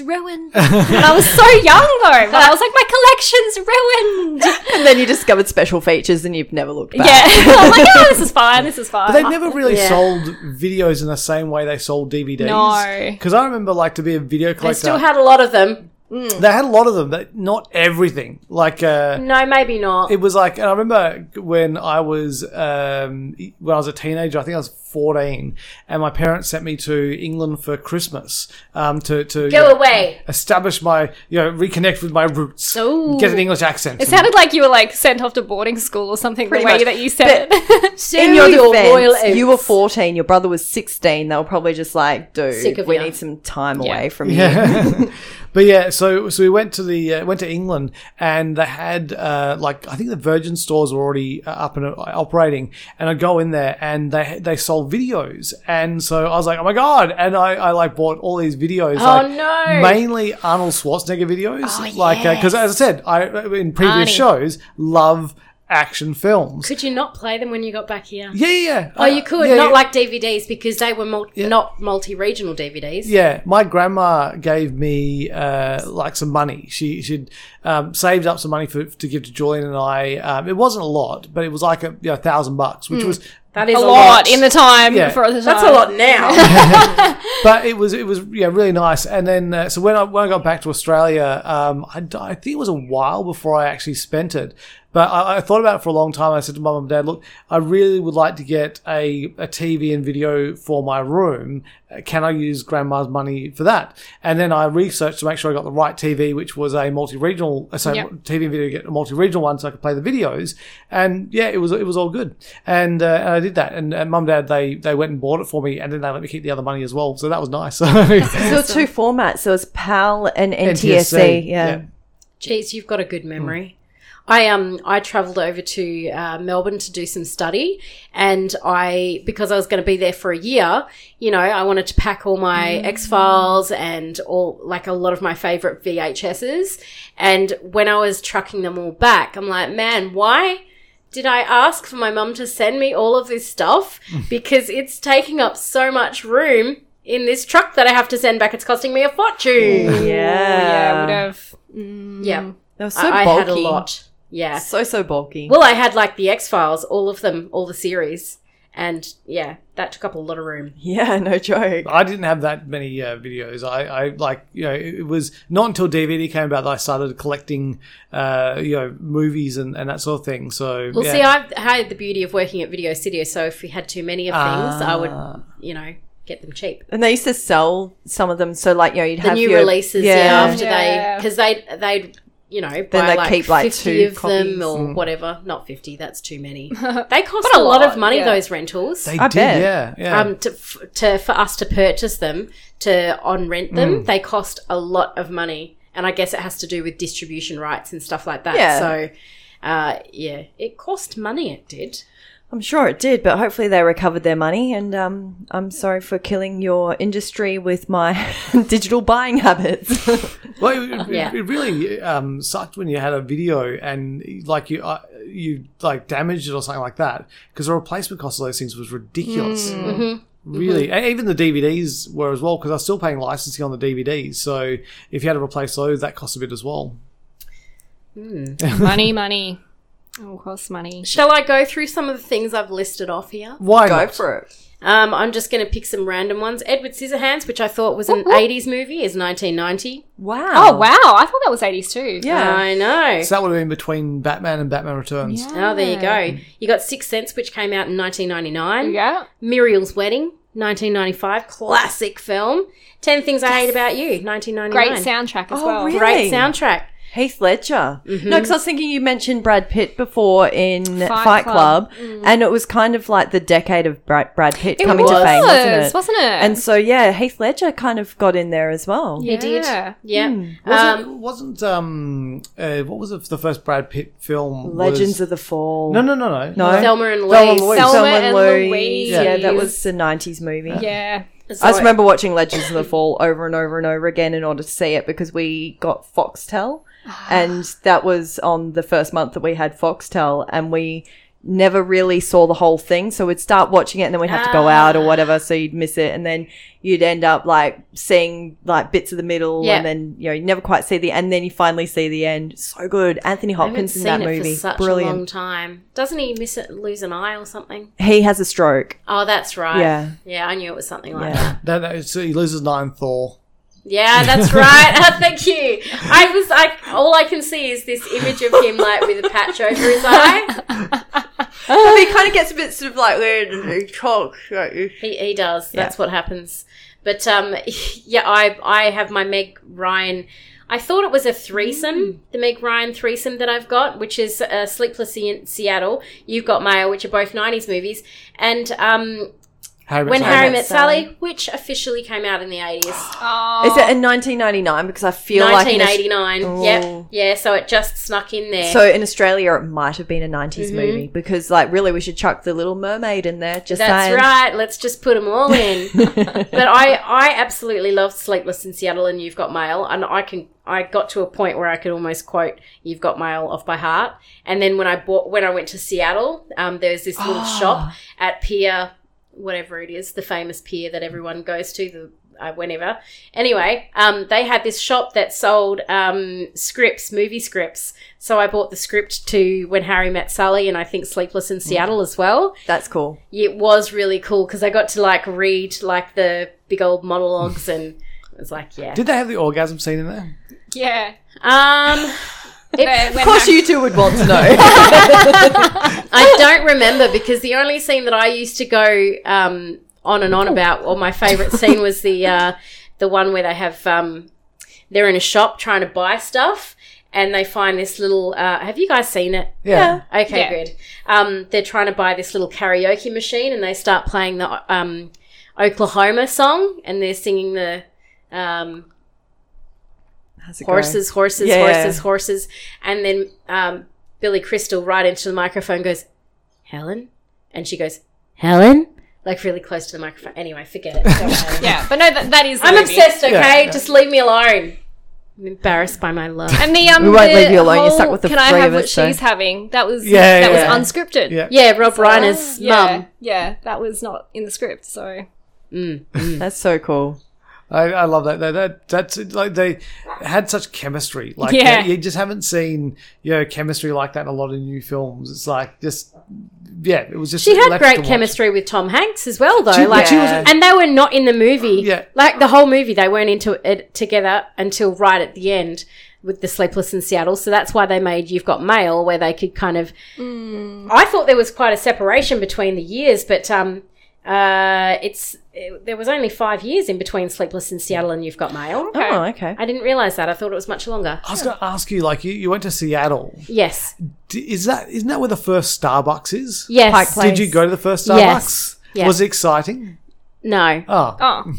ruined. and I was so young though. But I was like, my collection's ruined. And then you discovered special features and you've never looked back. Yeah. I'm like, oh, this is fine. This is fine. But they never really Yeah. sold videos in the same way they sold DVDs. No. because I remember like to be a video I collector. still had a lot of them. they had a lot of them, but not everything. Like. Uh, Mm. No, maybe not. it was like, and I remember when I was um, when I was a teenager. I think I was fourteen, and my parents sent me to England for Christmas um, to to you Go know, away. establish my you know reconnect with my roots, Ooh. get an English accent. it sounded like you were like sent off to boarding school or something. Pretty the way much. that you said But- it. In your Do royal defense, oats. you were 14, your brother was 16. They were probably just like, Sick dude, of we ya." need some time Yeah. away from you. but yeah, so so we went to the uh, went to England, and they had uh, like I think the Virgin stores were already uh, up and uh, operating, and I go in there and they they sold videos, and so I was like, oh my god, and I, I like bought all these videos, oh like, no. Oh, mainly uh, Arnold Schwarzenegger videos, like because as I said, I in previous Arnie. shows love. action films. Could you not play them when you got back here? yeah, yeah, yeah. Oh, Uh, you could yeah, not yeah. like DVDs because they were mul- not multi-regional DVDs. Yeah, my grandma gave me uh, like some money. She she'd um, saved up some money for to give to Julian and I. Um, it wasn't a lot, but it was like a you know, thousand bucks, which was Hmm. That is a lot in the time Yeah. for the time. That's a lot now. but it was it was yeah really nice. And then uh, so when I when I got back to Australia, um, I, d- I think it was a while before I actually spent it. But I, I thought about it for a long time. I said to mum and dad, "Look, I really would like to get a, a TV and video for my room. Uh, Can I use grandma's money for that?" And then I researched to make sure I got the right TV, which was a multi-regional, uh, so Yep. TV and video get a multi-regional one, so I could play the videos. And yeah, it was it was all good. And, uh, and I did that. And, and mum and dad they they went and bought it for me, and then they let me keep the other money as well. So that was nice. So There were two formats. There was PAL and NTSC. E, Yeah. Jeez, you've got a good memory. I um I travelled over to uh, Melbourne to do some study, and I because I was going to be there for a year, you know, I wanted to pack all my X Files and all like a lot of my favourite VHSs, and when I was trucking them all back, I'm like, man, why? Did I ask for my mum to send me all of this stuff? Because it's taking up so much room in this truck that I have to send back. It's costing me a fortune. Oh, Yeah, Yeah. would have. Yeah. They were so I, I bulky. had a lot. Yeah. So, so bulky. Well, I had like the X Files, all of them, all the series, and yeah, that took up a lot of room. yeah, no joke. I didn't have that many uh, videos. I, I like you know it, it was not until DVD came about that I started collecting uh, you know movies and, and that sort of thing. So Well, yeah. see, I had the beauty of working at Video City, so if we had too many of things, I would, you know, get them cheap. And they used to sell some of them. So, like, you know, you'd The have new your, releases, yeah, after they Yeah. because they they'd you know buy they'd like keep, like, fifty two of them copies. or whatever. Not fifty, that's too many. They cost But a a lot, lot, of money yeah. those rentals. they I did, bet. yeah, yeah. um, to, f- to for us to purchase them to on rent Mm. them they cost a lot of money and i guess it has to do with distribution rights and stuff like that Yeah. so uh, yeah it cost money it did I'm sure it did, but hopefully they recovered their money. And um, I'm sorry for killing your industry with my digital buying habits. Well, it, it- Yeah. it really um, sucked when you had a video and like you uh, you like damaged it or something like that because the replacement cost of those things was ridiculous. Mm-hmm. Really, and even the DVDs were as well because I was still paying licensing on the DVDs. So if you had to replace those, that cost a bit as well. money, money. Oh, costs money. shall i go through some of the things i've listed off here Why Go not? for it. um, i'm just going to pick some random ones edward scissorhands which i thought was an 80s movie is 1990 Wow. Oh wow, I thought that was eighties too. Yeah. i know So that would have been between Batman and Batman Returns. oh there you go you got sixth sense which came out in 1999 Yeah. Muriel's Wedding, 1995, classic film. 10 Things I Hate About You, 1999. Great soundtrack as Oh, well. really? Great soundtrack. Heath Ledger. Mm-hmm. No, because I was thinking you mentioned Brad Pitt before in Fight, Club, Club. Mm. and it was kind of like the decade of Brad, Brad Pitt It coming to was, fame, wasn't it? wasn't it? And so, yeah, Heath Ledger kind of got in there as well. Yeah. He did. Yeah. Hmm. Um, Wasn't, wasn't um uh, what was it, the first Brad Pitt film? Legends was- of the Fall. No, no, no, no. No. Thelma and Thelma and Louise. Louise. Selma Selma and Louise. Louise. Yeah. Yeah. that was the 90s movie. Yeah. So I just remember watching Legends of the Fall over and over and over again in order to see it because we got Foxtel, Ah. and that was on the first month that we had Foxtel, and we never really saw the whole thing. So we'd start watching it, and then we'd have to go Ah. out or whatever, so you'd miss it, and then you'd end up like seeing like bits of the middle, Yeah. and then you know you never quite see the, and then you finally see the end. So good, Anthony I haven't Hopkins in seen that it movie, for such a long brilliant. time. Doesn't he miss it, lose an eye or something? He has a stroke. Oh, that's right. Yeah. Yeah, I knew it was something like Yeah. that. No, no, so he loses nine Thor. Yeah, that's right. Ah, Thank you. I was like, all I can see is this image of him like with a patch over his eye. but he kind of gets a bit sort of like weird and talk. He, he does. That's what happens. But um, yeah, I I have my Meg Ryan. I thought it was a threesome, Mm. the Meg Ryan threesome that I've got, which is uh, Sleepless in Seattle. You've got Mail, which are both '90s movies, and um, Harry Met When Sally. Harry Met Sally, which officially came out in the 80s. Oh, Is it in 1999? Because I feel like in Aus- 1989. Oh. Yep. Yeah, so it just snuck in there. so in Australia it might have been a 90s Mm-hmm. movie because like really we should chuck the Little Mermaid in there. Just That's saying. right. Let's just put them all in. but I, I absolutely loved Sleepless in Seattle and You've Got Mail, and I can, I got to a point where I could almost quote You've Got Mail off by heart. And then when I bought, when I went to Seattle, um, there was this little Ah. shop at Pier, whatever it is, the famous pier that everyone goes to, the uh, whenever. Anyway, um, they had this shop that sold um, scripts, movie scripts. So I bought the script to When Harry Met Sally, and I think Sleepless Mm. in Seattle as well That's cool. it was really cool because I got to like read like the big old monologues and it was like yeah. Did they have the orgasm scene in there? yeah. Um, Where- Of when course Har- you two would want to know. I don't remember because the only scene that I used to go um on and on about or my favorite scene was the uh the one where they have um they're in a shop trying to buy stuff and they find this little uh have you guys seen it? Yeah. Okay, Yeah. good. Um, they're trying to buy this little karaoke machine, and they start playing the um, Oklahoma song, and they're singing the um, How's it horses, horses, Yeah. horses, horses, and then um, Billy Crystal right into the microphone goes, "Helen," and she goes, "Helen," like really close to the microphone. Anyway, forget it. Don't worry. Yeah, but no, that, that is. the I'm movie. obsessed. Okay, Yeah. just leave me alone. I'm embarrassed by my love. And the um, We won't the leave you alone, you're whole, stuck with the Can I three have of what us, so- she's having? That was Yeah, that yeah. was unscripted. Yeah. yeah, Rob Reiner's yeah, mum. Yeah, that was not in the script. So That's so cool. I, I love that. that. That that's like they had such chemistry. Like Yeah. you, you just haven't seen you know chemistry like that in a lot of new films. It's like just yeah, it was just She had left to great watch. chemistry with Tom Hanks as well, though. She- like, she was- and they were not in the movie. Yeah. like the whole movie, they weren't into it together until right at the end with the Sleepless in Seattle. So that's why they made You've Got Mail, where they could kind of. I thought there was quite a separation between the years, but um, uh, it's it, there was only five years in between Sleepless in Seattle and You've Got Mail. Oh, okay. I didn't realize that. I thought it was much longer. I was going to ask you, like you, you went to Seattle. Yes, D- Is that isn't that where the first Starbucks is? yes. Pike Place. Did you go to the first Starbucks? Yes. Yeah. Was it exciting? No, Oh, oh,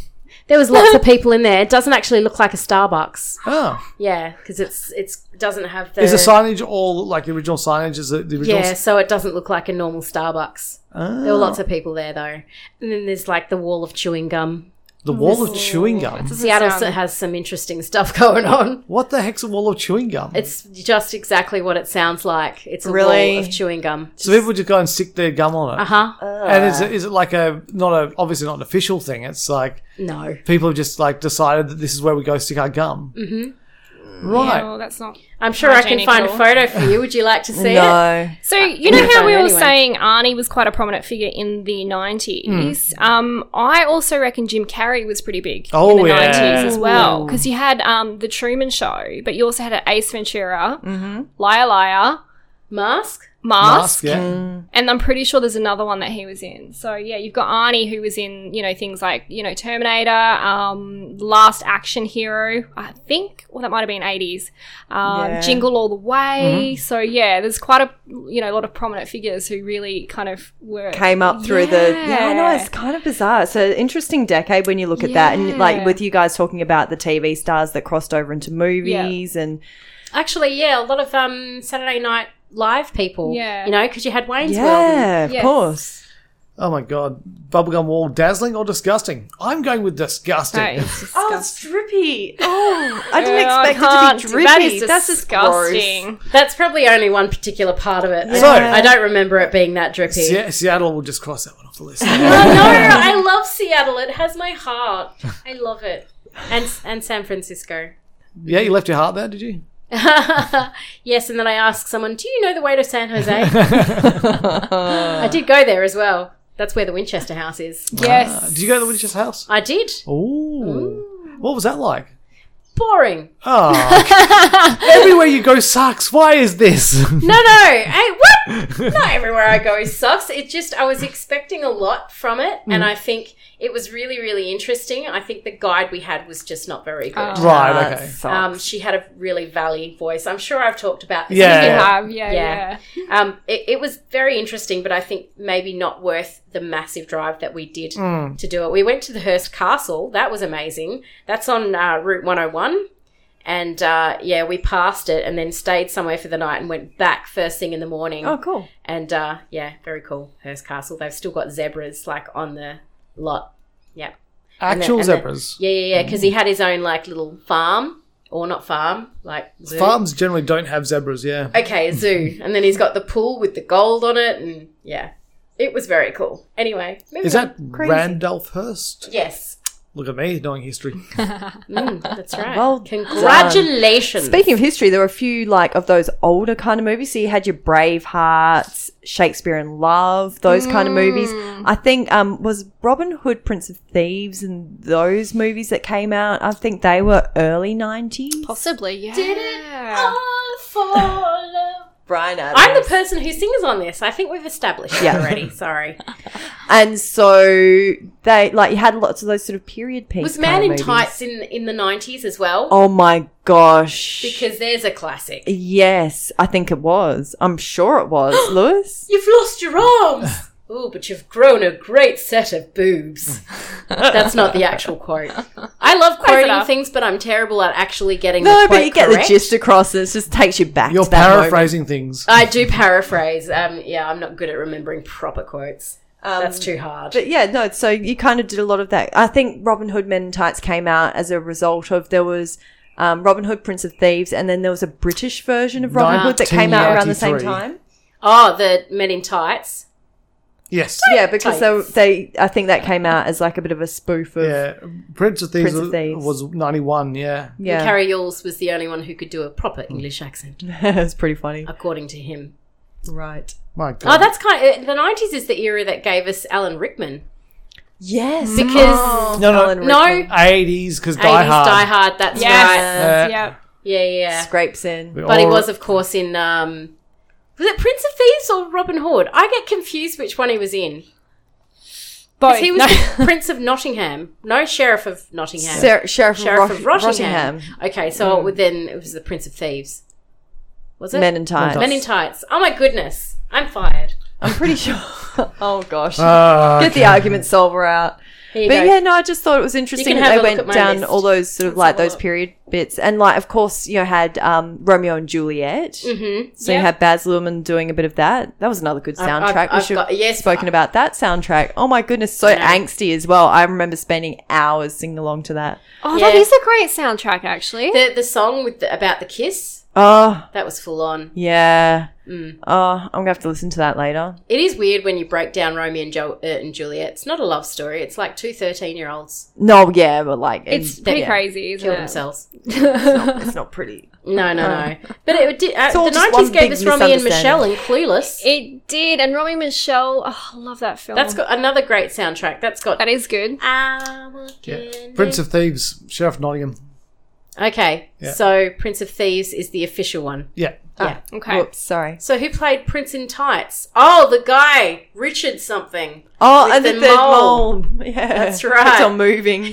there was lots of people in there. It doesn't actually look like a Starbucks. oh. Yeah, because it's it's doesn't have the Is the signage all like the original signage? Is it the original? yeah, so it doesn't look like a normal Starbucks. There were lots of people there though, and then there's like the wall of chewing gum. The wall of chewing gum. Seattle sound- s- has some interesting stuff going on. What the heck's a wall of chewing gum? It's just exactly what it sounds like. It's a Really? wall of chewing gum. so people just go and stick their gum on it. Uh huh. And is it, is it like a not a obviously not an official thing? It's like No, people have just like decided that this is where we go stick our gum. Mm-hmm. Right. no, oh, that's not. I'm sure I can Hygienic find a at all. photo for you. Would you like to see it? No. So Uh, you know how no, we were anyway. saying Arnie was quite a prominent figure in the nineties. Um, I also reckon Jim Carrey was pretty big in Hmm. Oh, the yeah. nineties as well because you had um the Truman Show, but you also had Ace Ventura, Mm-hmm. Liar Liar, Mask. Mask, yeah. and I'm pretty sure there's another one that he was in. So yeah, you've got Arnie who was in you know things like you know Terminator, um, Last Action Hero, I think, or that might have been 80s, Yeah. um, Mm-hmm. Jingle All the Way. So yeah, there's quite a you know a lot of prominent figures who really kind of were came up through the yeah i know it's kind of bizarre it's an interesting decade when you look at that and like Yeah. with you guys talking about the tv stars that crossed over into movies and Actually, yeah, a lot of um Saturday Night Live people. Yeah. you know, because you had Wayne's World. and- yeah of Yes. course Oh my god. Bubblegum wall dazzling or disgusting? I'm going with disgusting. No, it's just- oh it's drippy oh i didn't Oh, I expect it can't. to be drippy That is That's just gross. disgusting. That's probably only one particular part of it. So- I don't remember it being that drippy. Se- Seattle will just cross that one off the list. no, I love Seattle. It has my heart. I love it. And and San Francisco. yeah, you left your heart there, did you? yes, and then I ask someone, "Do you know the way to San Jose?" I did go there as well. That's where the Winchester House is. yes. Did Ah, you go to the Winchester House? I did. Ooh. What was that like? Ah, Boring. Oh. Everywhere you go sucks. Why is this? No, no. Hey, what? not everywhere I go sucks. It just I was expecting a lot from it, Hmm. and I think it was really really interesting. I think the guide we had was just not very good. Oh. Right, okay. Um, she had a really valley voice. I'm sure I've talked about this. Yeah. You Yeah. have, yeah, Yeah. yeah. Um, it, it was very interesting, but I think maybe not worth the massive drive that we did to do it. We went to the Hearst Castle. That was amazing. That's on uh, Route 101. And uh, yeah, we passed it and then stayed somewhere for the night and went back first thing in the morning. Oh, cool. And uh, yeah, very cool. Hearst Castle. They've still got zebras like on the lot. Yeah. And then- Actual and then- zebras. yeah, yeah, yeah. Because he had his own like little farm or not farm, like zoo. Farms generally don't have zebras, yeah. okay, a zoo. And then he's got the pool with the gold on it, and yeah, it was very cool. Anyway, moving Is that on. Randolph Hearst? yes? Look at me knowing history. Mm, that's right. Well congratulations. Speaking of history, there were a few like of those older kind of movies. So you had your Bravehearts, Shakespeare in Love, those kind of movies. Mm. I think um was Robin Hood, Prince of Thieves, and those movies that came out. I think they were early nineties. Possibly, yeah. Ah, All follow- Brian I'm the person who sings on this. I think we've established that Yeah. already. Sorry. and so they like you had lots of those sort of period pieces. Was Man in Tights in in the '90s as well? Oh my gosh! Because there's a classic. yes, I think it was. I'm sure it was, Lewis. You've lost your arms. Ooh, but you've grown a great set of boobs. That's not the actual quote. I love quoting enough. things, but I'm terrible at actually getting No, the quote but you get correct. the gist across. It just takes you back. You're to that moment. paraphrasing things. I do paraphrase. Um, yeah, I'm not good at remembering proper quotes. That's too hard. But yeah, no, so you kind of did a lot of that. I think Robin Hood Men in Tights came out as a result of there was um, Robin Hood Prince of Thieves, and then there was a British version of Robin Hood that came out around the same 1993. time. Oh, the men in tights. Yes. Yeah, because they, they, I think that came out as like a bit of a spoof of yeah. Yeah. Prince of Thieves, Prince of Thieves. was 91, yeah. And Carrie Yules was the only one who could do a proper English accent, it's pretty funny, according to him. right? My Oh, God. that's kind of the '90s is the era that gave us Alan Rickman Yes, because Oh. no, no. Mm. Alan no Rickman 80s, because 80s Die Hard. Die Hard. That's right. Yes. Uh, yeah. Yeah, yeah. scrapes in. We But he all- was, of course, in um, was it Prince of Thieves or Robin Hood? I get confused which one he was in. Both. 'Cause He was Oh, No. Prince of Nottingham, no Sheriff of Nottingham. Ser- Sheriff, Sheriff of of Rot- Rottingham. Rottingham, Okay, so it would then it was the Prince of Thieves. Was it Hmm. Men in Tights. Men in Tights. Oh my goodness, I'm fired. I'm pretty sure. oh gosh, Ah, get the argument solver out. Here you But go. yeah, no, I just thought it was interesting can that have they a look at went my down list. all those sort of like those period bits, and like of course you know had um, Romeo and Juliet, mm-hmm. so you Yep. had Baz Luhrmann doing a bit of that. That was another good I've- soundtrack. we I've should got- have yes, spoken about that soundtrack. Oh my goodness, so angsty as well. I remember spending hours singing along to that. Oh, that Yeah. is a great soundtrack, actually. the the song with the, about the kiss Oh that was full on. yeah. Mm. Oh, I'm gonna have to listen to that later. It is weird when you break down Romeo and, jo- uh, and Juliet. It's not a love story. It's like two 13 year olds No, yeah, but like it's and- pretty yeah, crazy, isn't kill it? themselves. It's not pretty. No, no, no. But it did. Uh, all the just one nineties gave big us Romy misunderstanding. and Michelle and Clueless. It did, and Romy Michelle. Oh, I love that film. That's got another great soundtrack. That's got. That is good. yeah. Prince of Thieves, Sheriff Nottingham. Okay, Yeah. so Prince of Thieves is the official one. Yeah. Ah. yeah. Okay. Oops, sorry. So who played Prince in Tights? Oh, the guy Richard something. Oh, With and the, the third mole. mole. Yeah, That's right. It's on moving.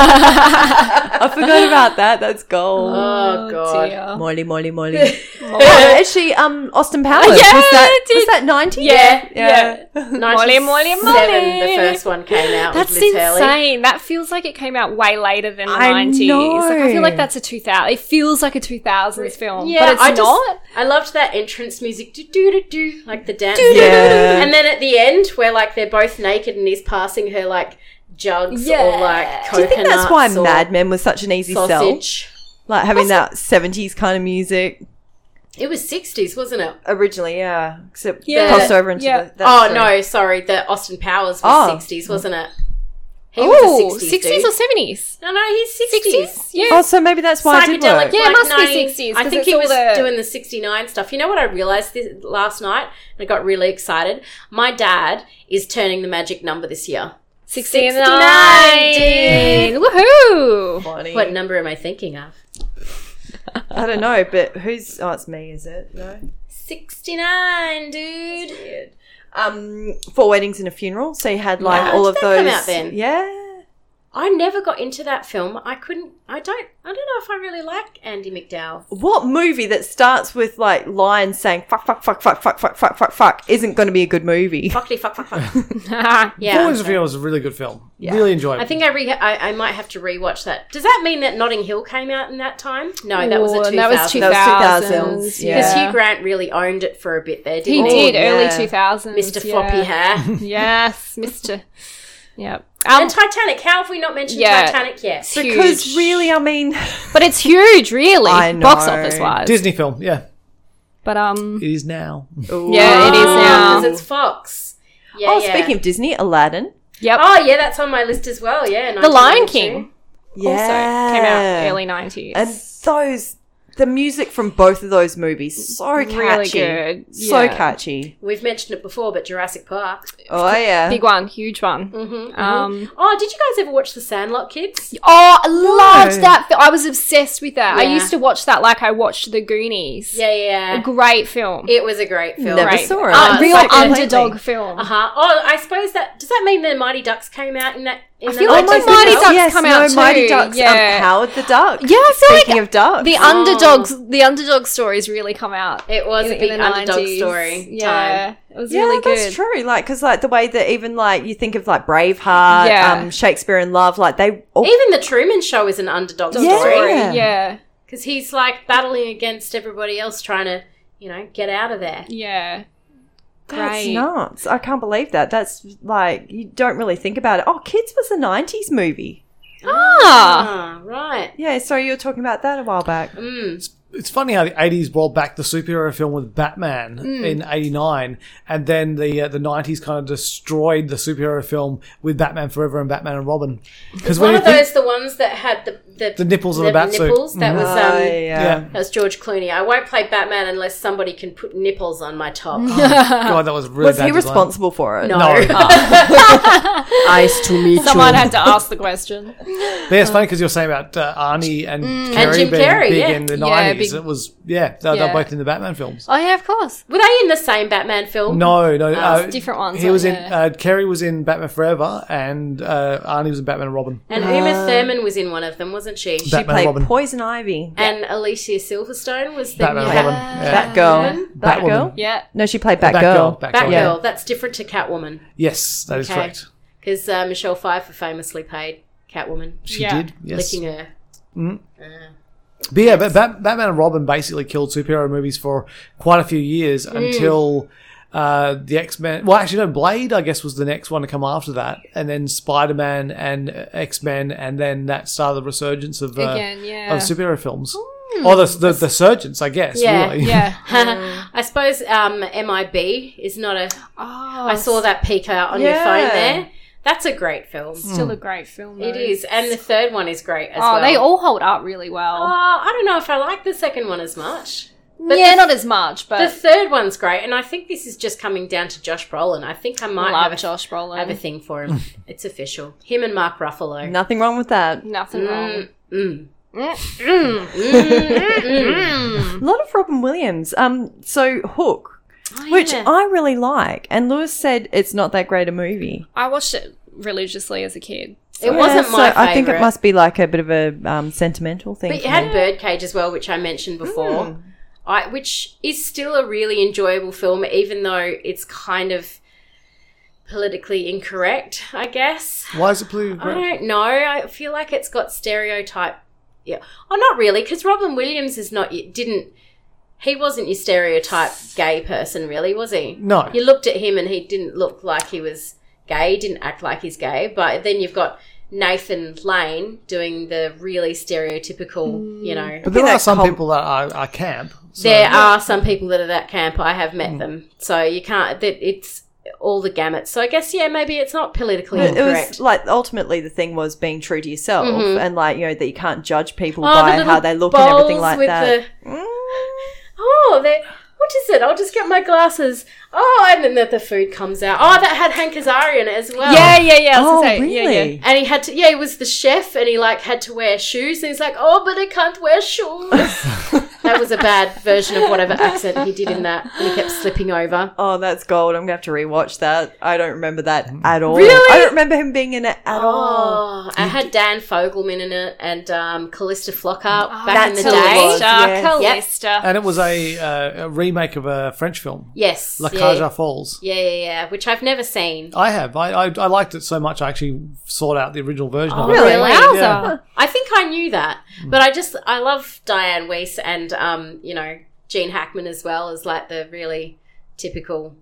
I forgot about that. That's gold. Oh, god. dear. Molly, Molly, Molly. oh, actually, um, Austin Powers. was yeah, that it was that ninety? Yeah, yeah. Molly, Molly, The Molly. first one came out. That's with Liz Hurley. insane. That feels like it came out way later than the I 90s. Like, I know. feel like that's a 2000. It feels like a 2000s film. Yeah, but it's I just- not. I loved that entrance music, do do do do, like the dance. Yeah. And then at the end, where like they're both naked and he's passing her like jugs or Yeah. like coconuts Do you think that's why or Mad Men was such an easy sell? sausage. Like having that seventies kind of music It was sixties, wasn't it? originally, yeah. Except Yeah. crossed over into Yeah. the. oh that's no, sorry, the Austin Powers Oh. was sixties, wasn't it? He Oh, was a 60s, sixties. or 70s? no, no, he's sixties. 60s? Yeah. true. Oh, so maybe that's why I did Psychedelic, work. Yeah, it like, must be 90s. 60s, I 'cause think it's he all was the- doing the '69 stuff. You know what I realized this, last night, and I got really excited. My dad is turning the magic number this year. 69. 69. Woohoo. Bonnie. What number am I thinking of? I don't know, but who's? Oh, it's me. Is it? No. 69, dude. Um, Four Weddings and a Funeral. So you had like Wow. all of Did those. that come out then? Yeah. I never got into that film. I couldn't. I don't. I don't know if I really like Andy McDowell. What movie that starts with like lions saying fuck, fuck, fuck, fuck, fuck, fuck, fuck, fuck, fuck isn't going to be a good movie? Fuckly, fuck, fuck, fuck. Four yeah. Wings of Funeral is a really good film. Really enjoyable. I think I, re- I I might have to rewatch that. Does that mean that Notting Hill came out in that time? No, that was a Ooh, 2000. and that was 2000. That was 2000s. 2000s, Because Yeah. Hugh Grant really owned it for a bit there, He didn't he? did Oh, early yeah. 2000s. Mr. yeah. Floppy Hair. Yes, Mr. Yep. Um, and Titanic. How have we not mentioned Yeah. Titanic yet? huge. Because really, I mean, but it's huge, really, I know. box office wise. Disney film. Yeah, But um, it is now. yeah, it is now. Because Oh, it's Fox. Yeah, oh, yeah. speaking of Disney, Aladdin. Yep. Oh, yeah, that's on my list as well. Yeah. the Lion 1992. King Yeah. also Oh, came out early nineties. And those, the music from both of those movies, so catchy. Really good. So Yeah. catchy. We've mentioned it before, but Jurassic Park. Mm-hmm, Oh, uh, yeah. Big one, huge one. Um, Oh, did you guys ever watch The Sandlot Kids? oh, I loved Why? that. fi- I was obsessed with that. I Yeah. used to watch that like I watched The Goonies. Yeah, yeah. Great film. It was a great film. Never Great. saw it. Uh, Oh, real so good. underdog film. Uh huh. Oh, I suppose that does that mean the Mighty Ducks came out in that? In I feel Oh, that like nineteen- the Mighty goodness, Ducks come out no, Mighty too, Ducks. yeah. Um, Howard the Duck. Yeah, I feel like Speaking of ducks, The underdogs, the underdog stories really come out. oh. It was in- a big in the underdog 90s. story. Yeah, it was yeah, really good. that's true. Like, because like the way that even like you think of like Braveheart, Yeah. um, Shakespeare in Love, like they all Even the Truman Show is an underdog Yeah. story Yeah, because he's like battling against everybody else, trying to you know get out of there. yeah. that's great. nuts. I can't believe that. That's like you don't really think about it. Oh, Kids was a '90s movie. Ah, Ah, right. Yeah, so you were talking about that a while back. It's funny how the '80s brought back the superhero film with Batman in '89, and then the uh, the '90s kind of destroyed the superhero film with Batman Forever and Batman and Robin. Because One of those, the ones that had the the, The nipples on the bat suit. nipples. That was um. Oh, Ah, yeah, That was George Clooney. I won't play Batman unless somebody can put nipples on my top. Oh, God, that was really Was bad he design. responsible for it? No. No, Ice to meet someone had to ask the question. Yeah, it's funny because you're saying about uh, Arnie and Carrie Jim being Carrey, big yeah. in the Yeah, '90s. big- It was yeah, they- they're Yeah. both in the Batman films. Oh yeah, of course. Were they in the same Batman film? No, no, uh, different ones, He was in aren't they? uh, Carrie was in Batman Forever, and uh, Arnie was in Batman and Robin. And Ah. Uma Thurman was in one of them, wasn't she? She Batman played Robin. Poison Ivy. and Alicia Silverstone was the Batman new and Robin. Bat- Yeah. Batgirl. Batwoman. Batgirl. Yeah. No, she played Batgirl. Batgirl. Batgirl. Batgirl. yeah. That's different to Catwoman Yes, that is Okay. correct. because uh, Michelle Pfeiffer famously played Catwoman, She Yeah. did. Yes. licking her. But yeah, but Bat- Batman and Robin basically killed superhero movies for quite a few years until uh, the X Men. Well, actually, no, Blade, I guess, was the next one to come after that, and then Spider Man and X Men, and then that started the resurgence of uh, Again, yeah. of superhero films. Or the, the the surgence, I guess. Yeah, really. Yeah. I suppose um, MIB is not a. Oh, I saw that peek out on your Yeah. phone there. That's a great film. Hmm. still a great film. It though. is, and the third one is great as Oh, well. they all hold up really well. Oh, I don't know if I like the second one as much. yeah, not as much, The but third one's great, and I think this is just coming down to Josh Brolin. I think I might love have a, Josh Brolin. have a thing for him. it's official. Him and Mark Ruffalo. Mm, Nothing wrong with that. Nothing wrong. Mm, mm. Hmm. A lot of Robin Williams. Um, so Hook, Oh, which yeah. I really like, and Lewis said it's not that great a movie. I watched it religiously as a kid. it wasn't Yeah, my favorite. I think it must be like a bit of a um, sentimental thing. But for you had me. Mm. Birdcage as well, which I mentioned before, I, which is still a really enjoyable film, even though it's kind of politically incorrect, I guess. Why is it blue? I don't know. I feel like it's got stereotype. Yeah. Oh, not really, because Robin Williams is not. y- Didn't he? Wasn't your stereotype gay person, really? Was he? No. You looked at him and he didn't look like he was gay. He didn't act like he's gay. But then you've got Nathan Lane doing the really stereotypical. You know, But there that are some com- people that are, are camp. So there are some people that are that camp. I have met them, so you can't. That it's all the gamut. So I guess yeah, maybe it's not politically But it incorrect. was like ultimately the thing was being true to yourself and like you know that you can't judge people Mm-hmm. Oh, the by little how they look and everything bowls like with that. Mm. the- oh, they. What is it? I'll just get my glasses. Oh, and then the, the food comes out. Oh, that had Hank Azaria in it as well. Yeah, yeah, yeah. I was oh gonna say, really? Yeah, yeah. And he had to, yeah, he was the chef, and he like had to wear shoes, and he's like, oh, but I can't wear shoes. That was a bad version of whatever accent he did in that. And he kept slipping over. Oh, that's gold. I'm gonna have to rewatch that. I don't remember that at all. Really? I don't remember him being in it at all. Oh, I had Dan Fogelman in it and um, Callista Flockhart back in Oh, That's the a day. Calista, yeah. Calista. And it was a, uh, a remake of a French film, Yes. La Caja yeah. Falls. yeah, yeah, yeah. Which I've never seen. I have. I, I I liked it so much. I actually sought out the original version Oh, of it. Really? Wowza. Yeah. I think I knew that, Hmm. but I just I love Diane Weiss and um, you know Gene Hackman as well as like the really typical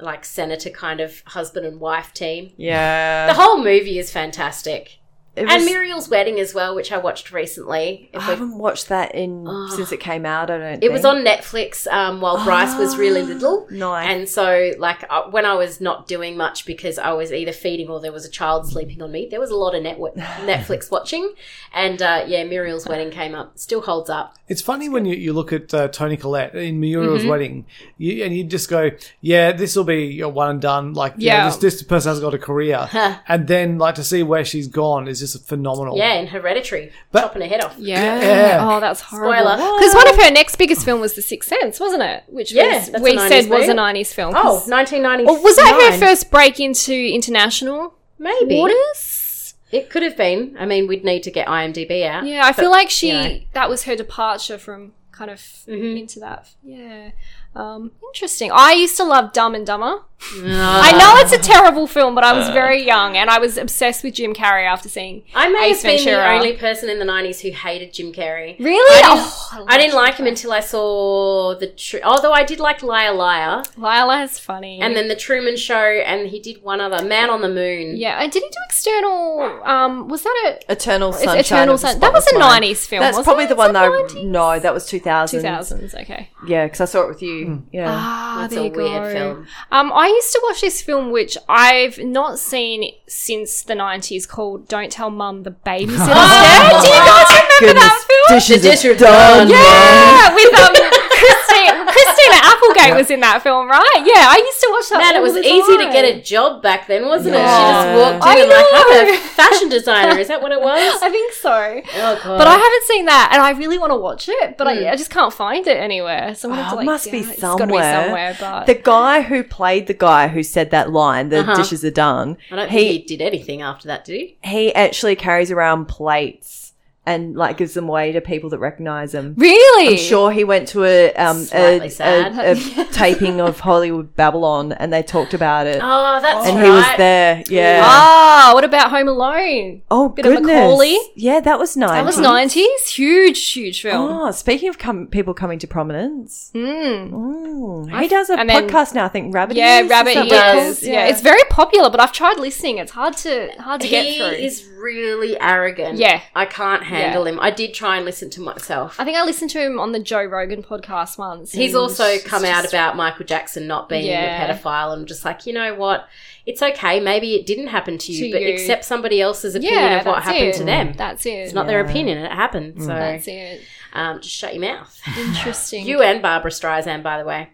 like senator kind of husband and wife team. The Yeah. whole movie is fantastic, It and was- Muriel's Wedding as well, which I watched recently. I If we, haven't watched that in Oh. since it came out. I don't. it was think. on Netflix um, while Bryce was Ah. really little. Nice. And so, like, uh, when I was not doing much because I was either feeding or there was a child sleeping on me, there was a lot of network, Netflix watching. And uh, yeah, Muriel's Wedding came up. Still holds up. It's funny when you, you look at uh, Tony Collette in Muriel's Mm-hmm. Wedding, you, and you just go, "Yeah, this will be a one and done." Like, Yeah. yeah, this, this person has got a career, and then like to see where she's gone is just phenomenal. Yeah, in Hereditary, But- chopping her head off. Oh. Yeah. Yeah. Oh, that's horrible. Spoiler. Because one of her next biggest film was The Sixth Sense, wasn't it? Which Yeah, was, that's a we 90s said was a movie. 90s film. Oh, 'cause- 1990. Or was that her first break into international Maybe. waters? It could have been. I mean, we'd need to get IMDb out. Yeah, I feel like she you know. that was her departure from kind of Mhm. into that. Yeah. Um, interesting. I used to love Dumb and Dumber. Ah. I know it's a terrible film, but I was very young and I was obsessed with Jim Carrey after seeing. I may have Ace been Ventura. the only person in the 90s who hated Jim Carrey. I Really? oh, didn't, I didn't like him until I saw the. Tr- Although I did like Liar Liar. Lila is funny. And then the Truman Show, and he did one other, Man on the Moon. yeah, and did he do external? Um, was that a Eternal It's Sunshine. Eternal of the Sun- that was a Spotless Mind. 90s film, That's wasn't probably it? the Is one that that I- 90s? no, that was two thousand. two thousands? Okay. Yeah, because I saw it with you. Yeah. Ah, That's there a you go. weird film. Um, I used to watch this film, which I've not seen since the nineties, called "Don't Tell Mum the Babysitter's Dead." Do you guys remember that film? Dishes The dish are are done. yeah, with um, Christina, Christina Applegate was in that film, right? Yeah, I used to watch that. Man, it all was the easy to time. get a job back then, wasn't Yeah. it? She just walked I in and like, I'm know. a fashion designer. Is that what it was? I think so. Oh god. But I haven't seen that, and I really want to watch it, but I, I just can't find it anywhere. So I'm gonna have Oh, to, it like, must be yeah, it's gotta somewhere. somewhere, but The guy who played the guy who said that line, "The Uh-huh. dishes are done." I don't he think he did anything after that, did he? he actually carries around plates and like gives them away to people that recognize him. really, I'm sure he went to a um a, Slightly sad. a, a taping of Hollywood Babylon and they talked about it. Oh, that's and right. he was there. Yeah. Ah, what about Home Alone? Oh, Bit of goodness. Macaulay. Yeah, that was nice. That was nineties, huge, huge film. Oh, speaking of com- people coming to prominence, Mm. mm, he does a and then- podcast now. I think Rabbit. Yeah, Ears or Rabbit something. Ears. Yeah. it's very popular, but I've tried listening. It's hard to hard to He get through. is really arrogant. Yeah. I can't handle him. I did try and listen to myself. I think I listened to him on the Joe Rogan podcast once. He's and also it's come out just- about Michael Jackson not being Yeah. a pedophile. I'm just like, you know what? It's okay. Maybe it didn't happen to you, To but you. accept somebody else's opinion yeah, of what that's happened it. to them. That's It's it. not their Yeah. opinion. It happened. So That's it. um, just shut your mouth. Interesting. You and Barbara Streisand, by the way.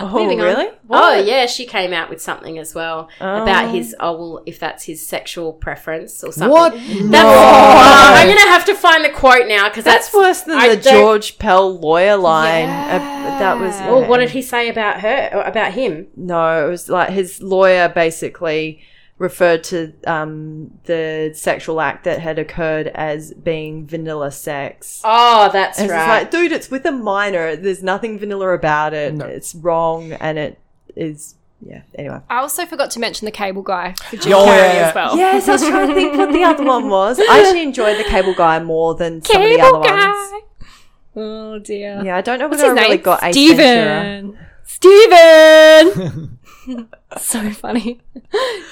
Oh, Moving on. really? Oh, yeah, she came out with something as well about his, oh, well, if that's his sexual preference or something. What? That's, Oh, I'm going to have to find the quote now because That's that's. worse than I the don't- George Pell lawyer line. Uh, that was. Yeah. Oh, what did he say about her? Or about him? No, it was like his lawyer basically referred to um, the sexual act that had occurred as being vanilla sex. Oh, that's And it's just right. like, dude, it's with a minor. There's nothing vanilla about it. No. It's wrong, and it is. Yeah. Anyway. I also forgot to mention the cable guy for Jim Oh, Carrey yeah. as well. Yes, I was trying to think what the other one was. I actually enjoyed the cable guy more than some of the Cable other guy. ones. Oh dear. Yeah, I don't know What's whether I his really name? got Ace Ventura. Steven. Steven. so funny.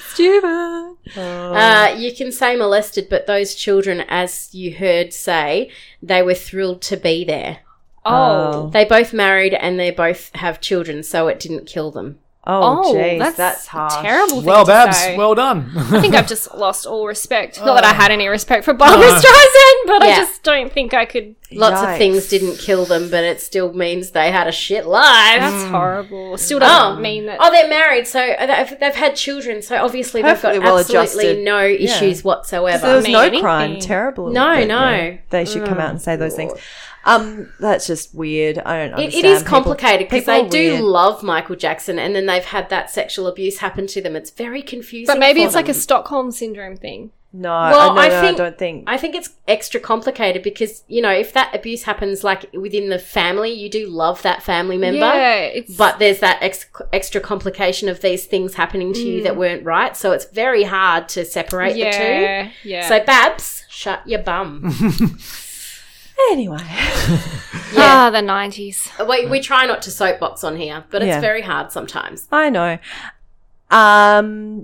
Steven. Uh, you can say molested, but those children, as you heard say, they were thrilled to be there. Oh. They both married and they both have children, so it didn't kill them. Oh, Oh, jeez, that's, that's, harsh. terrible. Thing Well, to Babs, say. well done. I think I've just lost all respect. Not that I had any respect for Uh. Barbara Uh-huh. Streisand, but I Yeah. just don't think I could. Lots Yikes. of things didn't kill them, but it still means they had a shit life. That's horrible. Mm. Um, Still doesn't mean that. Oh, they're married, so they've, they've had children, so obviously they've Perfectly got well absolutely adjusted. no issues Yeah. whatsoever. There was mean no anything. crime. Terrible. No, But, no. They should come out and say those things. Um, that's just weird. I don't It, understand. it is people- complicated because people they are do weird. love Michael Jackson, and then they've had that sexual abuse happen to them. It's very confusing. But maybe for it's like a them. Stockholm syndrome thing. No, Well, I, I no, no, think- I don't think. I think it's extra complicated because you know if that abuse happens like within the family, you do love that family member. Yeah, it's But there's that ex- extra complication of these things happening to you that weren't right, so it's very hard to separate the yeah, two. yeah. So Babs, shut your bum. anyway. ah, the nineties. we, we try not to soapbox on here, but it's Yeah. very hard sometimes. I know. Um,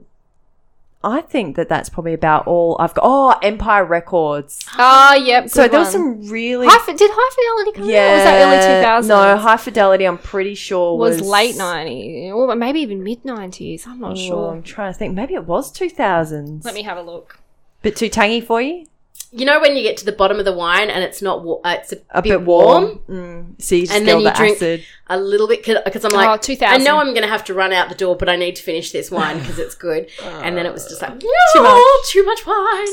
I think that that's probably about all I've got. Oh, Empire Records. Ah, yep. So good there was one. some really. High fi- did High Fidelity come out? Or was that early two thousands? No, High Fidelity. I'm pretty sure was, was, late nineties, or maybe even mid nineties. I'm not Oh, sure. I'm trying to think. Maybe it was 2000s. Let me have a look. Bit too tangy for you. You know when you get to the bottom of the wine and it's not wa- uh, it's a, A bit, warm, Mm. So you just and feel then you the drink acid. a little bit because I'm Oh, like, 2000. I know I'm going to have to run out the door, but I need to finish this wine because it's good. Oh. and then it was just like, no, too much, wine.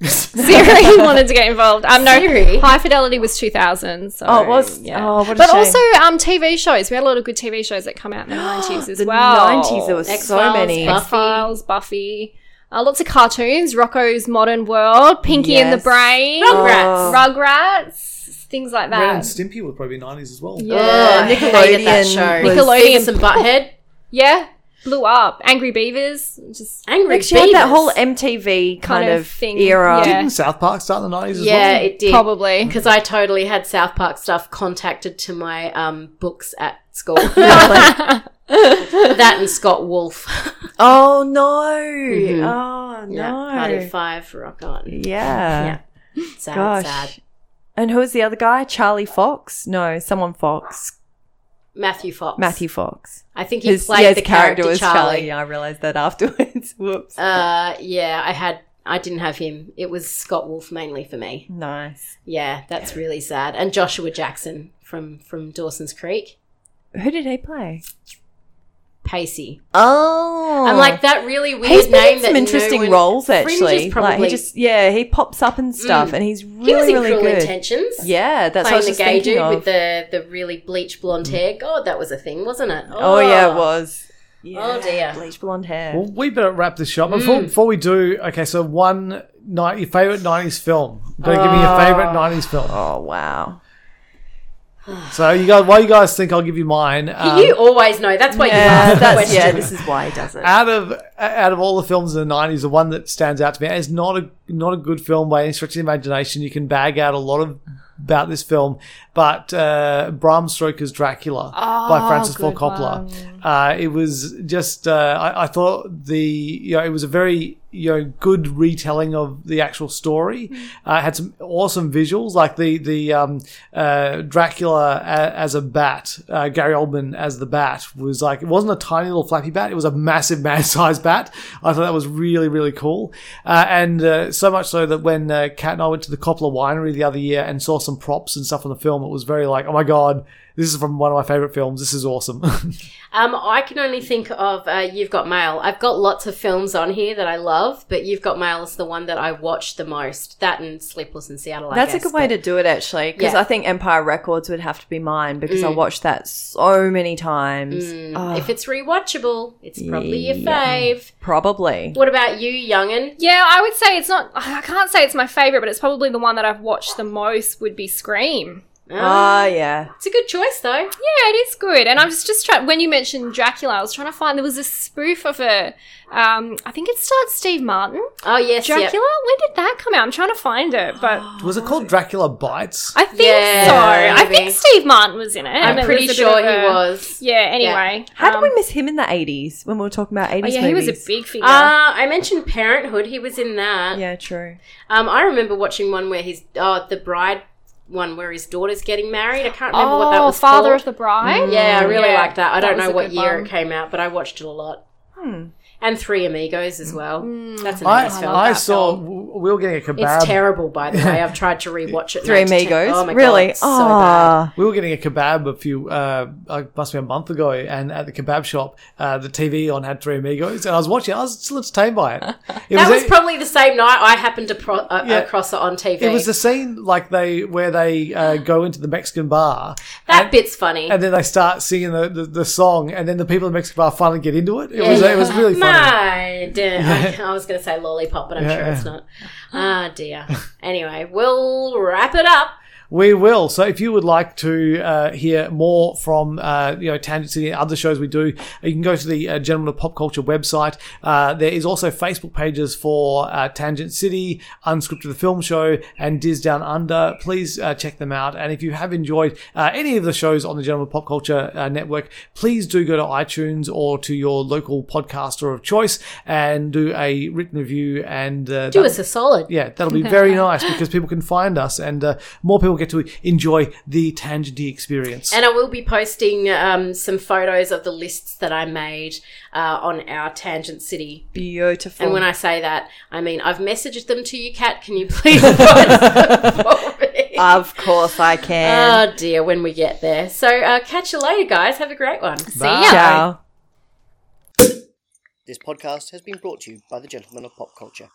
Siri wanted to get involved. Um, no, Siri? High Fidelity was two thousand. So, Oh, it was. Oh, what a But shame. also, um, TV shows. We had a lot of good TV shows that come out in the nineties as The well. 90s, there was so X-Files, many. Buffy. X Files, Buffy. Uh, lots of cartoons. Rocco's Modern World, Pinky and Yes. the Brain, Oh. Rugrats. Rugrats, things like Ren and that. Stimpy would probably be 90s as well. Yeah. Ugh, I hated that Nickelodeon show. was- Nickelodeon. Beavis and Butthead. Yeah, blew up. Angry Beavers, just Angry Like she had that Beavers. whole MTV kind, Kind of of thing, era. yeah. Didn't South Park start in the 90s as yeah, well? it did. probably. Because I totally had South Park stuff contacted to my um, books at school. that and Scott Wolf. Oh no! Oh no! Yeah, Party of Five, Rock On. Yeah. Yeah. Sad, Gosh. sad. And who was the other guy? Charlie Fox? No, someone Fox. Matthew Fox. Matthew Fox. I think he played yeah, the character, Charlie. Yeah, I realized that afterwards. Whoops. Uh, yeah, I had. I didn't have him. It was Scott Wolf mainly for me. nice. Yeah, that's really sad. And Joshua Jackson from from Dawson's Creek, Who did he play? Pacey. Oh, I'm like that really weird he's been name. in that some interesting no one- roles Fringe is actually. Like he probably- just yeah, he pops up and stuff, and he's really He was in really Cruel good. Intentions. Yeah, that's what I playing was the just gay thinking dude of. Mm. with the the really bleach blonde hair. God, that was a thing, wasn't it? oh, oh yeah, it was. Yeah, dear. bleach blonde hair. Well, we better wrap this up. Mm. Before, before we do, okay, so one night, your favorite 90s film. Go give me Oh. your favorite 90s film. Oh wow. So, you guys, while you guys think, I'll give you mine. Um, you always know. That's why you Yeah, asked that that's question. yeah. This is why he does it. out of out of all the films in the nineties, the one that stands out to me and it's not a not a good film by any stretch of the imagination. You can bag out a lot of about this film, but uh, Bram Stoker's Dracula by Francis Ford Coppola. Uh, it was just uh, I, I thought the you know it was a very you know good retelling of the actual story. Uh, it had some awesome visuals like the the um, uh, Dracula a, as a bat, uh, Gary Oldman as the bat was like it wasn't a tiny little flappy bat; it was a massive man-sized bat. I thought that was really really cool, uh, and uh, so much so that when uh, Kat and I went to the Coppola Winery the other year and saw some props and stuff on the film, it was very like, oh my god, this is from one of my favorite films. This is awesome. Um, I can only think of uh, You've Got Mail. I've got lots of films on here that I love, but You've Got Mail is the one that I watched the most. That and Sleepless in Seattle. I That's guess, a good way but- to do it, actually, because Yeah. I think Empire Records would have to be mine because I watched that so many times. Oh, Ah. If it's rewatchable, it's probably your Yeah. fave. probably. What about you, young'un? Yeah, I would say it's not. I can't say it's my favorite, but it's probably the one that I've watched the most. Would be Scream. Ah, yeah. It's a good choice though. Yeah, it is good. And I was just trying, when you mentioned Dracula, I was trying to find, there was a spoof of a, um, I think it starred Steve Martin. Oh yes, yep. Dracula? When did that come out? I'm trying to find it, but was it Oh. called Dracula Bites? I think Yeah, so. I maybe. think Steve Martin was in it. I'm and it pretty was a bit sure of he a- was. Yeah, anyway. How um, did we miss him in the 80s when we were talking about 80s Oh, yeah, movies? he was a big figure. Uh, I mentioned Parenthood. He was in that. Yeah, true. Um, I remember watching one where his oh the bride one where his daughter's getting married. I can't remember what that was. Oh, Mm, Father called. of the Bride? Yeah, I really like that. I don't was know a what good year one. it came out, but I watched it a lot. and Three Amigos as well. That's a I, nice film. I saw we were getting a it's kebab. terrible, by the way. I've tried to rewatch it. Three mate, to ten- amigos. Oh my really? god, it's so bad. Ah. we were getting a kebab a few, uh, uh, must be a month ago, and at the kebab shop, uh, the TV on had Three Amigos, and I was watching. I was still entertained by it. It That was probably the same night I happened to pro- uh, Yeah. across it on TV. It was the scene like they where they uh, go into the Mexican bar, that bit's funny. and then they start singing the, the, the song, and then the people in the Mexican bar finally get into it. It was it was really funny. My dear. I was going to say lollipop, but I'm sure Yeah. it's not. Ah, dear. Anyway, we'll wrap it up. We will. So if you would like to uh, hear more from uh, you know Tangent City and other shows we do, you can go to the uh, Gentlemen of Pop Culture website. Uh, there is also Facebook pages for uh, Tangent City, Unscripted the Film Show, and Diz Down Under. Please uh, check them out. And if you have enjoyed uh, any of the shows on the Gentlemen of Pop Culture uh, network, please do go to iTunes or to your local podcaster of choice and do a written review and uh, Do that- us a solid. yeah, that'll be very nice because people can find us and uh, more people get to enjoy the tangenty experience. And I will be posting um, some photos of the lists that I made uh, on our Tangent City. Beautiful. And when I say that, I mean I've messaged them to you, Kat. Can you please post them for me? of course I can. Oh dear, when we get there. So uh, catch you later, guys. Have a great one. Bye. Ciao. This podcast has been brought to you by the Gentlemen of Pop Culture.